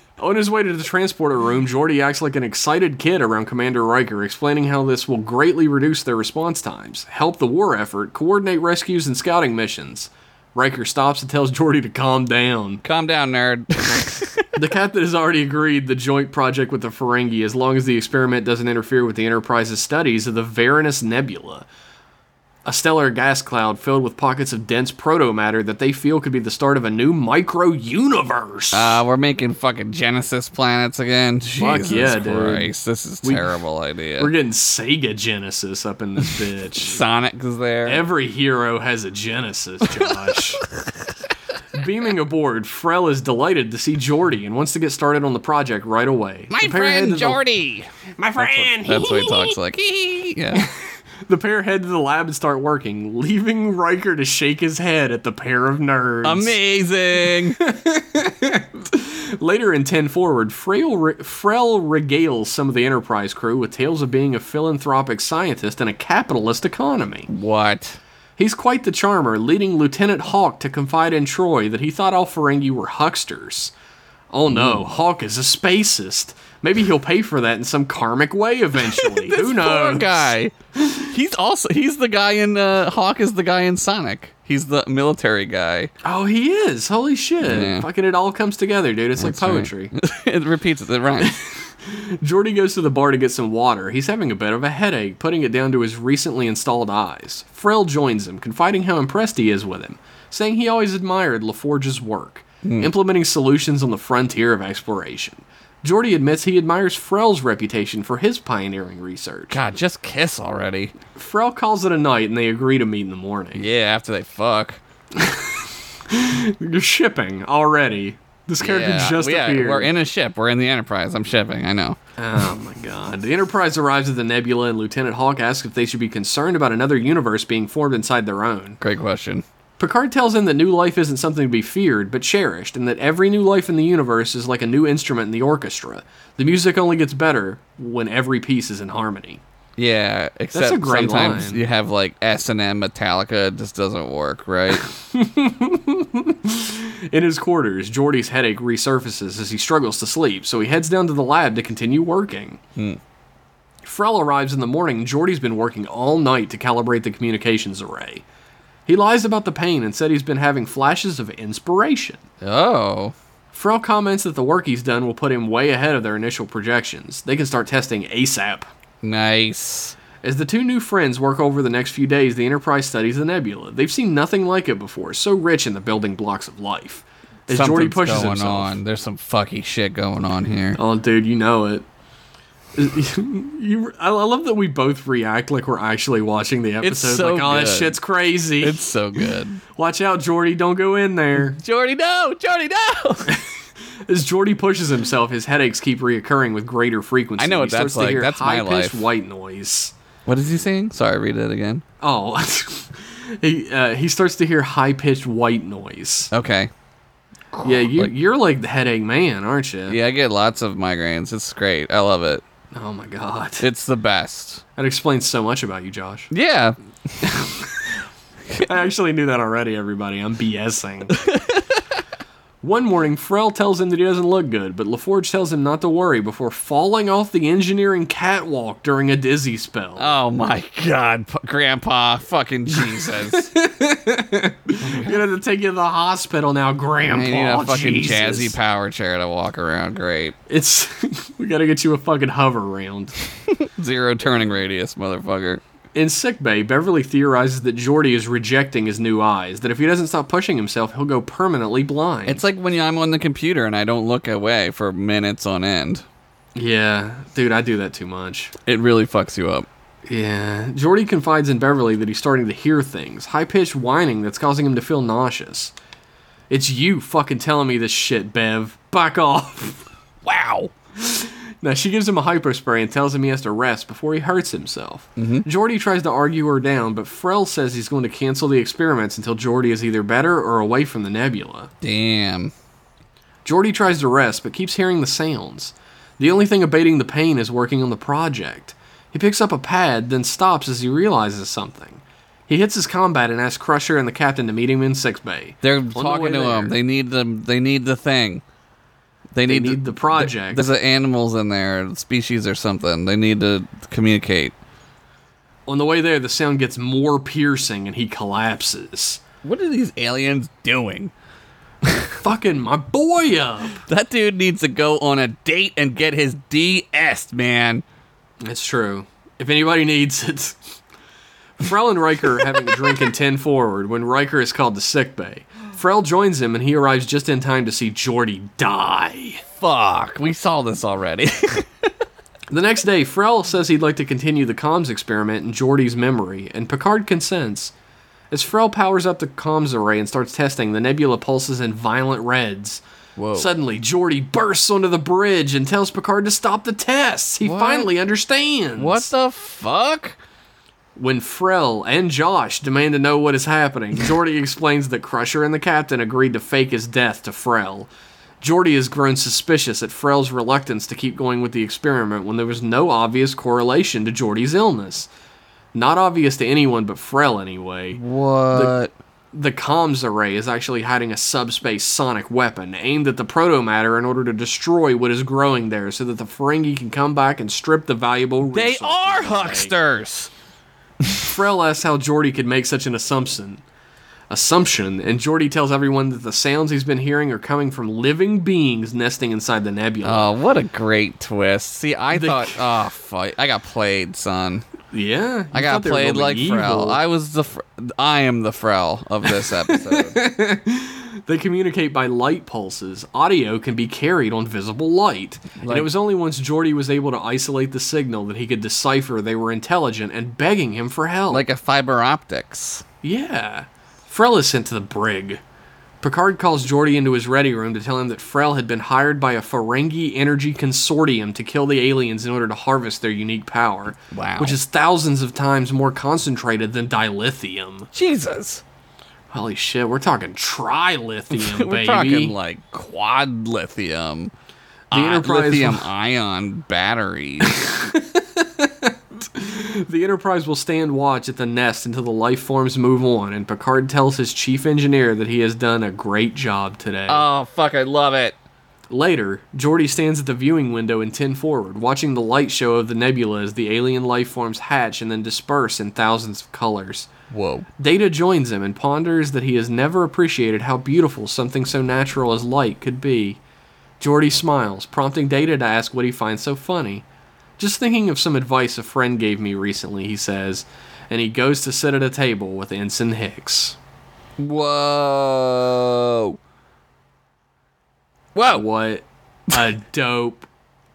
On his way to the transporter room, Geordi acts like an excited kid around Commander Riker, explaining how this will greatly reduce their response times, help the war effort, coordinate rescues and scouting missions. Riker stops and tells Geordi to calm down.
Calm down, nerd.
The captain has already agreed the joint project with the Ferengi as long as the experiment doesn't interfere with the Enterprise's studies of the Varanus Nebula, a stellar gas cloud filled with pockets of dense proto matter that they feel could be the start of a new micro universe.
Uh, we're making fucking Genesis planets again. Jesus
yeah, dude.
Christ, this is terrible idea.
We're getting Sega Genesis up in this bitch.
Sonic is there.
Every hero has a Genesis, Josh. Beaming aboard, Frel is delighted to see Jordy and wants to get started on the project right away.
My
The pair head to
friend
the-
Jordy.
My friend.
That's what he talks like. yeah.
The pair head to the lab and start working, leaving Riker to shake his head at the pair of nerds.
Amazing.
Later in 10 Forward, Frel, re- Frel regales some of the Enterprise crew with tales of being a philanthropic scientist in a capitalist economy.
what?
He's quite the charmer, leading Lieutenant Hawk to confide in Troy that he thought all Ferengi were hucksters. Oh no,
Hmm.
Hawk is a spacist. Maybe he'll pay for that in some karmic way eventually. Who knows?
Poor guy. Um, He's also he's the guy in uh, Hawk is the guy in Sonic. He's the military guy.
Oh, he is. Holy shit.
Yeah.
Fucking it all comes together, dude. It's like poetry.
it repeats it. It rhymes.
Jordy goes to the bar to get some water. He's having a bit of a headache, putting it down to his recently installed eyes. Frel joins him, confiding how impressed he is with him, saying he always admired LaForge's work,
Hmm.
implementing solutions on the frontier of exploration. Jordy admits he admires Frel's reputation for his pioneering research.
God, just kiss already.
Frel calls it a night and they agree to meet in the morning.
Yeah, after they fuck.
You're shipping already. This character
yeah,
just
yeah,
appeared.
we're in a ship. We're in the Enterprise. I'm shipping. I know.
Oh my god. The Enterprise arrives at the nebula and Lieutenant Hawk asks if they should be concerned about another universe being formed inside their own.
Great question.
Picard tells him that new life isn't something to be feared, but cherished, and that every new life in the universe is like a new instrument in the orchestra. The music only gets better when every piece is in harmony.
Yeah, except
great
sometimes
line.
you have like S and M Metallica. It just doesn't work, right?
In his quarters, Geordi's headache resurfaces as he struggles to sleep, so he heads down to the lab to continue working.
Hmm.
Frel arrives in the morning. Geordi's been working all night to calibrate the communications array. He lies about the pain and said he's been having flashes of inspiration.
oh,
Frel comments that the work he's done will put him way ahead of their initial projections. They can start testing ASAP.
nice.
As the two new friends work over the next few days, the Enterprise studies the nebula. They've seen nothing like it before, so rich in the building blocks of life. As Geordi
Something's
pushes
going
himself,
on. There's some fucky shit going on here.
Oh, dude, you know it. you, I I love that we both react like we're actually watching the episode.
so
like, oh, that
good.
shit's crazy.
It's so good.
Watch out, Jordy. Don't go in there.
Jordy, no, Jordy, no.
As Jordy pushes himself, his headaches keep reoccurring with greater frequency.
I know
He
what
starts
that's
to
like.
hear
That's my
high-pitched
life.
white noise.
what is he saying? Sorry, read it again.
Oh, he uh, he starts to hear high pitched white noise.
Okay.
yeah, you
like-
you're like the headache man, aren't you?
Yeah, I get lots of migraines. It's great. I love it.
Oh my god,
It's the best.
that explains so much about you, Josh.
Yeah.
I actually knew that already, everybody. I'm BSing. One morning, Frel tells him that he doesn't look good, but LaForge tells him not to worry before falling off the engineering catwalk during a dizzy spell.
Oh my God, P- Grandpa, fucking Jesus! I
I'm gonna have to take you to the hospital now, Grandpa.
need a fucking
Jesus.
jazzy power chair to walk around. Great,
It's we gotta get you a fucking hover round.
zero turning radius, motherfucker.
In sickbay, Beverly theorizes that Geordi is rejecting his new eyes. That if he doesn't stop pushing himself, he'll go permanently blind.
It's like when I'm on the computer and I don't look away for minutes on end.
yeah, dude, I do that too much.
It really fucks you up.
Yeah. Jordy confides in Beverly that he's starting to hear things, high pitched whining that's causing him to feel nauseous. It's you fucking telling me this shit, Bev. Back off.
Wow.
Now she gives him a hyper spray and tells him he has to rest before he hurts himself. Jordy tries to argue her down, but Frel says he's going to cancel the experiments until Jordy is either better or away from the nebula.
Damn.
Jordy tries to rest, but keeps hearing the sounds. The only thing abating the pain is working on the project. He picks up a pad, then stops as he realizes something. He hits his combat and asks Crusher and the captain to meet him in Six Bay.
They're
the way
talking to
there.
him. They need them. They need the thing. They need,
need the project.
There's uh, animals in there, species or something. They need to communicate.
On the way there, the sound gets more piercing and he collapses.
What are these aliens doing?
Fucking my boy up!
That dude needs to go on a date and get his DS, man.
That's true. If anybody needs it. Frel and Riker are having a drink in 10 forward when Riker is called to sickbay. Frel joins him and he arrives just in time to see Geordi die.
Fuck, we saw this already.
The next day, Frel says he'd like to continue the comms experiment in Geordi's memory, and Picard consents. As Frel powers up the comms array and starts testing, the nebula pulses in violent reds.
Whoa.
Suddenly, Geordi bursts onto the bridge and tells Picard to stop the tests. He
What?
finally understands.
What the fuck?
When Frel and Josh demand to know what is happening, Geordi explains that Crusher and the captain agreed to fake his death to Frel. Geordi has grown suspicious at Frel's reluctance to keep going with the experiment when there was no obvious correlation to Geordi's illness. Not obvious to anyone but Frel, anyway.
What?
The comms array is actually hiding a subspace sonic weapon aimed at the protomatter in order to destroy what is growing there so that the Ferengi can come back and strip the valuable
they
resources
are
away.
hucksters.
Frell asks how Geordi could make such an assumption. Assumption, and Geordi tells everyone that the sounds he's been hearing are coming from living beings nesting inside the nebula.
Oh, what a great twist. See, I
The-
thought, oh, fuck. I got played, son.
yeah,
I
you
got
thought they were
played
really
like
evil.
Frel. I was the, fr- I am the Frel of this episode.
They communicate by light pulses. Audio can be carried on visible light. and
Like-
it was only once Geordi was able to isolate the signal that he could decipher they were intelligent and begging him for help.
like a fiber optics.
Yeah. Frel is sent to the brig. Picard calls Geordi into his ready room to tell him that Frel had been hired by a Ferengi Energy Consortium to kill the aliens in order to harvest their unique power,
Wow.
which is thousands of times more concentrated than dilithium.
Jesus.
Holy shit, we're talking trilithium,
We're
baby.
talking like quad lithium.
The
i-
Enterprise-
lithium ion batteries.
The Enterprise will stand watch at the nest until the life forms move on, and Picard tells his chief engineer that he has done a great job today.
oh fuck, I love it.
Later, Geordi stands at the viewing window in 10 forward, watching the light show of the nebula as the alien life forms hatch and then disperse in thousands of colors.
Whoa.
Data joins him and ponders that he has never appreciated how beautiful something so natural as light could be. Geordi smiles, prompting Data to ask what he finds so funny. Just thinking of some advice a friend gave me recently, he says, and he goes to sit at a table with Ensign Hicks.
Whoa. Whoa.
What a dope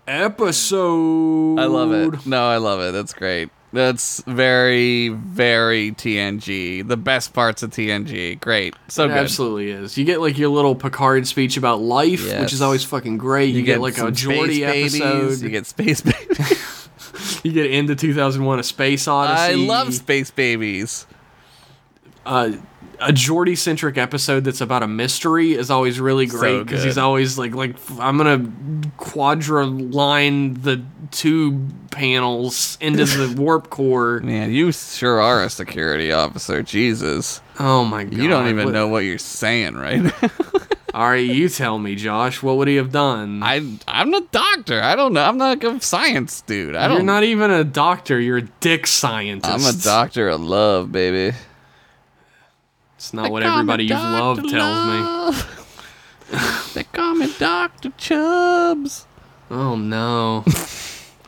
episode!
I love it. No, I love it. That's great. That's very, very TNG. The best parts of TNG. Great. So
It
good.
absolutely is. You get like your little Picard speech about life, which
Yes.
is always fucking great. You, get, like a
some space
Geordi
babies,
episode.
You get space babies.
you get into 2001: A Space
I
Odyssey.
love space babies.
uh, a Geordi centric episode that's about a mystery is always really great because
good.
he's always like like "F- I'm gonna quadraline the tube panels into the warp core.
Man, you sure are a security officer. Jesus.
Oh my god!
You don't even
What-
know what you're saying right now.
All right, you tell me, Josh. What would he have done?
I I'm not a doctor. I don't know. I'm not a science dude. I
You're
don't
not even a doctor. You're a dick scientist.
I'm a doctor of love, baby.
It's not what everybody you've loved tells me.
me. they call me Dr. Chubbs.
Oh no.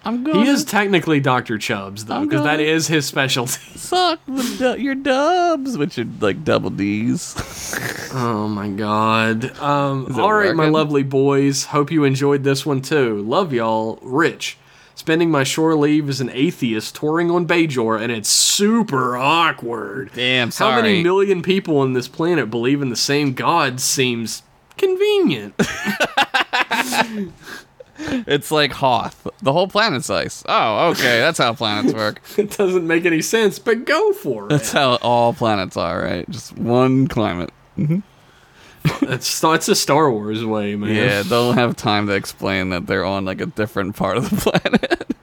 I'm gonna
He is technically Dr. Chubbs though,
I'm
because that
gonna-
is his specialty.
suck the du- your dubs, which are like double D's.
Oh my god. Um
it
all right, my
working?
lovely boys. Hope you enjoyed this one too. Love y'all. Rich. Spending my shore leave as an atheist touring on Bajor, and it's super awkward.
Damn,
How many
sorry.
million people on this planet believe in the same god seems convenient.
it's like Hoth. The whole planet's ice. Oh, okay. That's how planets work.
it doesn't make any sense, but go for it.
That's how all planets are, right? Just one climate.
That's, that's a Star Wars way, man.
Yeah, don't have time to explain that they're on like a different part of the planet.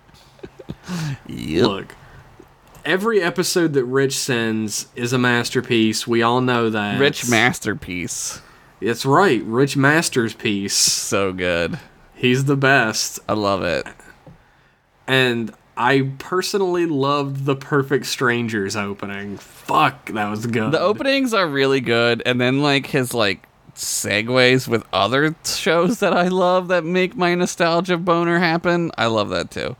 yep.
Look, every episode that Rich sends is a masterpiece. We all know that.
Rich masterpiece.
It's right. Rich Masters piece.
So good.
He's the best.
I love it.
And I personally loved the Perfect Strangers opening. Fuck, that was good.
The openings are really good, and then like his like segues with other shows that I love that make my nostalgia boner happen. I love that too.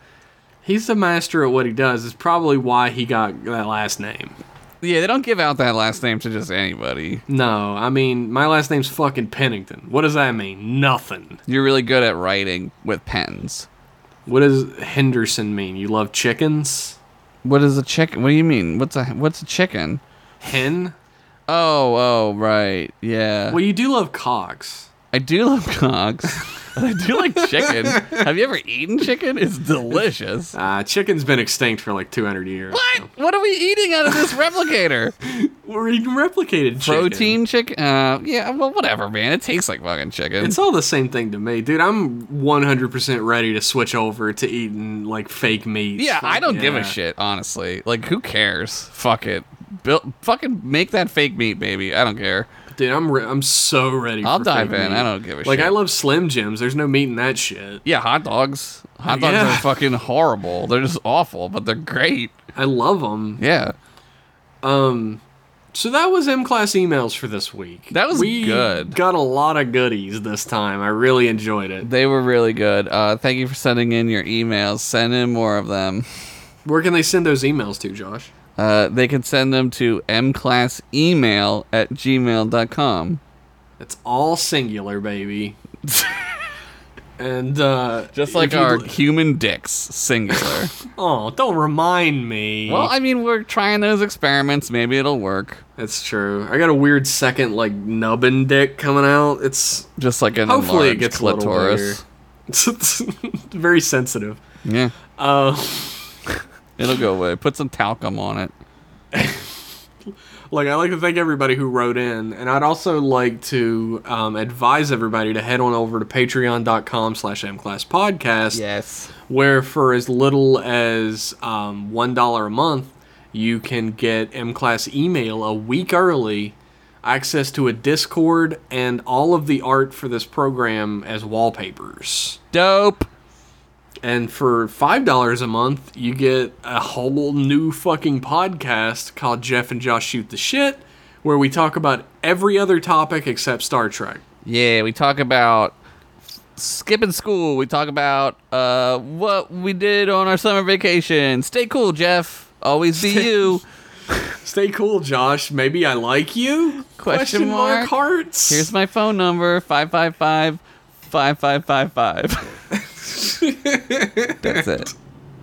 He's the master at what he does. Is probably why he got that last name.
Yeah, they don't give out that last name to just anybody.
No, I mean, my last name's fucking Pennington. What does that mean? Nothing.
You're really good at writing with pens.
What does Henderson mean? You love chickens?
What is a chicken? What do you mean? What's a what's a chicken?
Hen?
Oh, oh, right. Yeah.
Well, you do love cocks.
I do love cocks. and I do like chicken. Have you ever eaten chicken? It's delicious.
Uh, chicken's been extinct for like 200 years.
What? What are we eating out of this replicator?
We're eating replicated chicken.
Protein chicken? Uh, yeah, well, whatever, man. It tastes like fucking chicken.
It's all the same thing to me, dude. I'm 100% ready to switch over to eating like fake meat.
yeah, I don't give a shit, honestly. Like, who cares? Fuck it. Build, fucking make that fake meat, baby. I don't care.
Dude, I'm re- I'm so ready.
I'll
for
dive
fake
in.
meat.
I don't give a
Like
shit.
I love Slim Jims. There's no meat in that shit.
Yeah, hot dogs. Hot dogs
Yeah.
are fucking horrible. They're just awful, but they're great.
I love them.
Yeah.
So that was M class emails for this week.
That was
we
good.
Got a lot of goodies this time. I really enjoyed it.
They were really good. Uh, thank you for sending in your emails. Send in more of them.
Where can they send those emails to, Josh?
Uh, they can send them to mclassemail at gmail.com.
It's all singular, baby. and uh
Just like
if you'd
our
li-
human dicks, singular.
Oh, don't remind me.
well, I mean, we're trying those experiments. Maybe it'll work.
That's true. I got a weird second like nubbin dick coming out. It's
Just like an
hopefully it
enlarged
gets
clitoris.
a little bigger. It's very sensitive.
Yeah,
Uh,
it'll go away. Put some talcum on it.
like I like to thank everybody who wrote in, and I'd also like to um, advise everybody to head on over to Patreon.com/slash MClassPodcast,
Yes.
where for as little as um, one dollar a month, you can get M Class email a week early, access to a Discord, and all of the art for this program as wallpapers.
Dope.
And for five dollars a month, you get a whole new fucking podcast called Jeff and Josh Shoot the Shit, where we talk about every other topic except Star Trek.
Yeah, we talk about skipping school. We talk about uh, what we did on our summer vacation. Stay cool, Jeff. Always be you.
Stay cool, Josh. Maybe I like you?
Question mark.
hearts.
Here's my phone number 555 5555. That's it.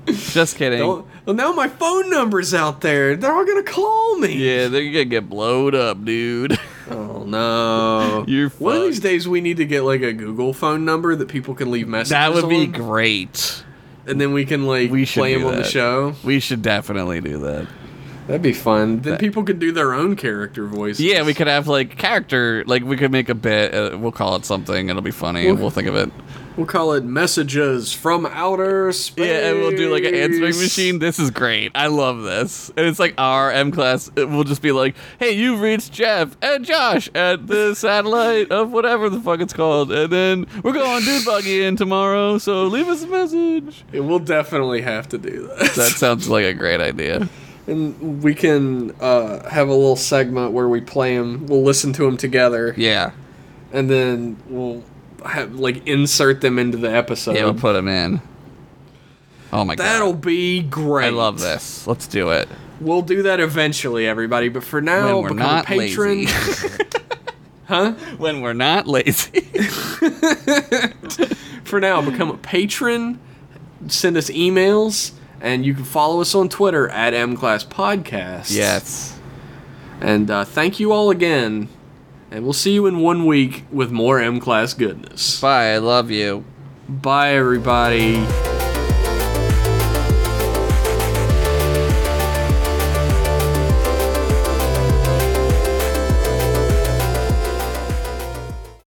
Just kidding.
well, Oh, well, now my phone number's out there. They're all gonna call me.
Yeah, they're gonna get blowed up, dude.
Oh no.
You're
One of these
fucked.
days we need to get like a Google phone number that people can leave messages.
That would be
on,
great.
and then we can like
We should
play
do
them on the
that.
show.
We should definitely do that.
That'd be fun. Then
That-
people could do their own character voices.
Yeah, we could have like character, like we could make a bit. Uh, we'll call it something. It'll be funny. and we'll think of it.
We'll call it messages from outer space.
Yeah, and we'll do like an answering machine. This is great. I love this. And it's like our M class. It will just be like, hey, you've reached Jeff and Josh at the satellite of whatever the fuck it's called. And then we're going dude buggy in tomorrow. So leave us a message.
Yeah, We'll definitely have to do that.
That sounds like a great idea.
and we can uh, have a little segment where we play them. We'll listen to them together,
Yeah.
and then we'll have like insert them into the episode.
Yeah, we'll put him in. Oh my
That'll
god.
be great.
I love this. Let's do it.
We'll do that eventually, everybody. But for now,
When we're
become
not
a patron.
lazy.
huh?
when we're not lazy.
for now, become a patron, send us emails, and you can follow us on Twitter at MClassPodcast.
yes.
And uh, thank you all again, and we'll see you in one week with more M Class goodness.
Bye. I love you.
Bye, everybody.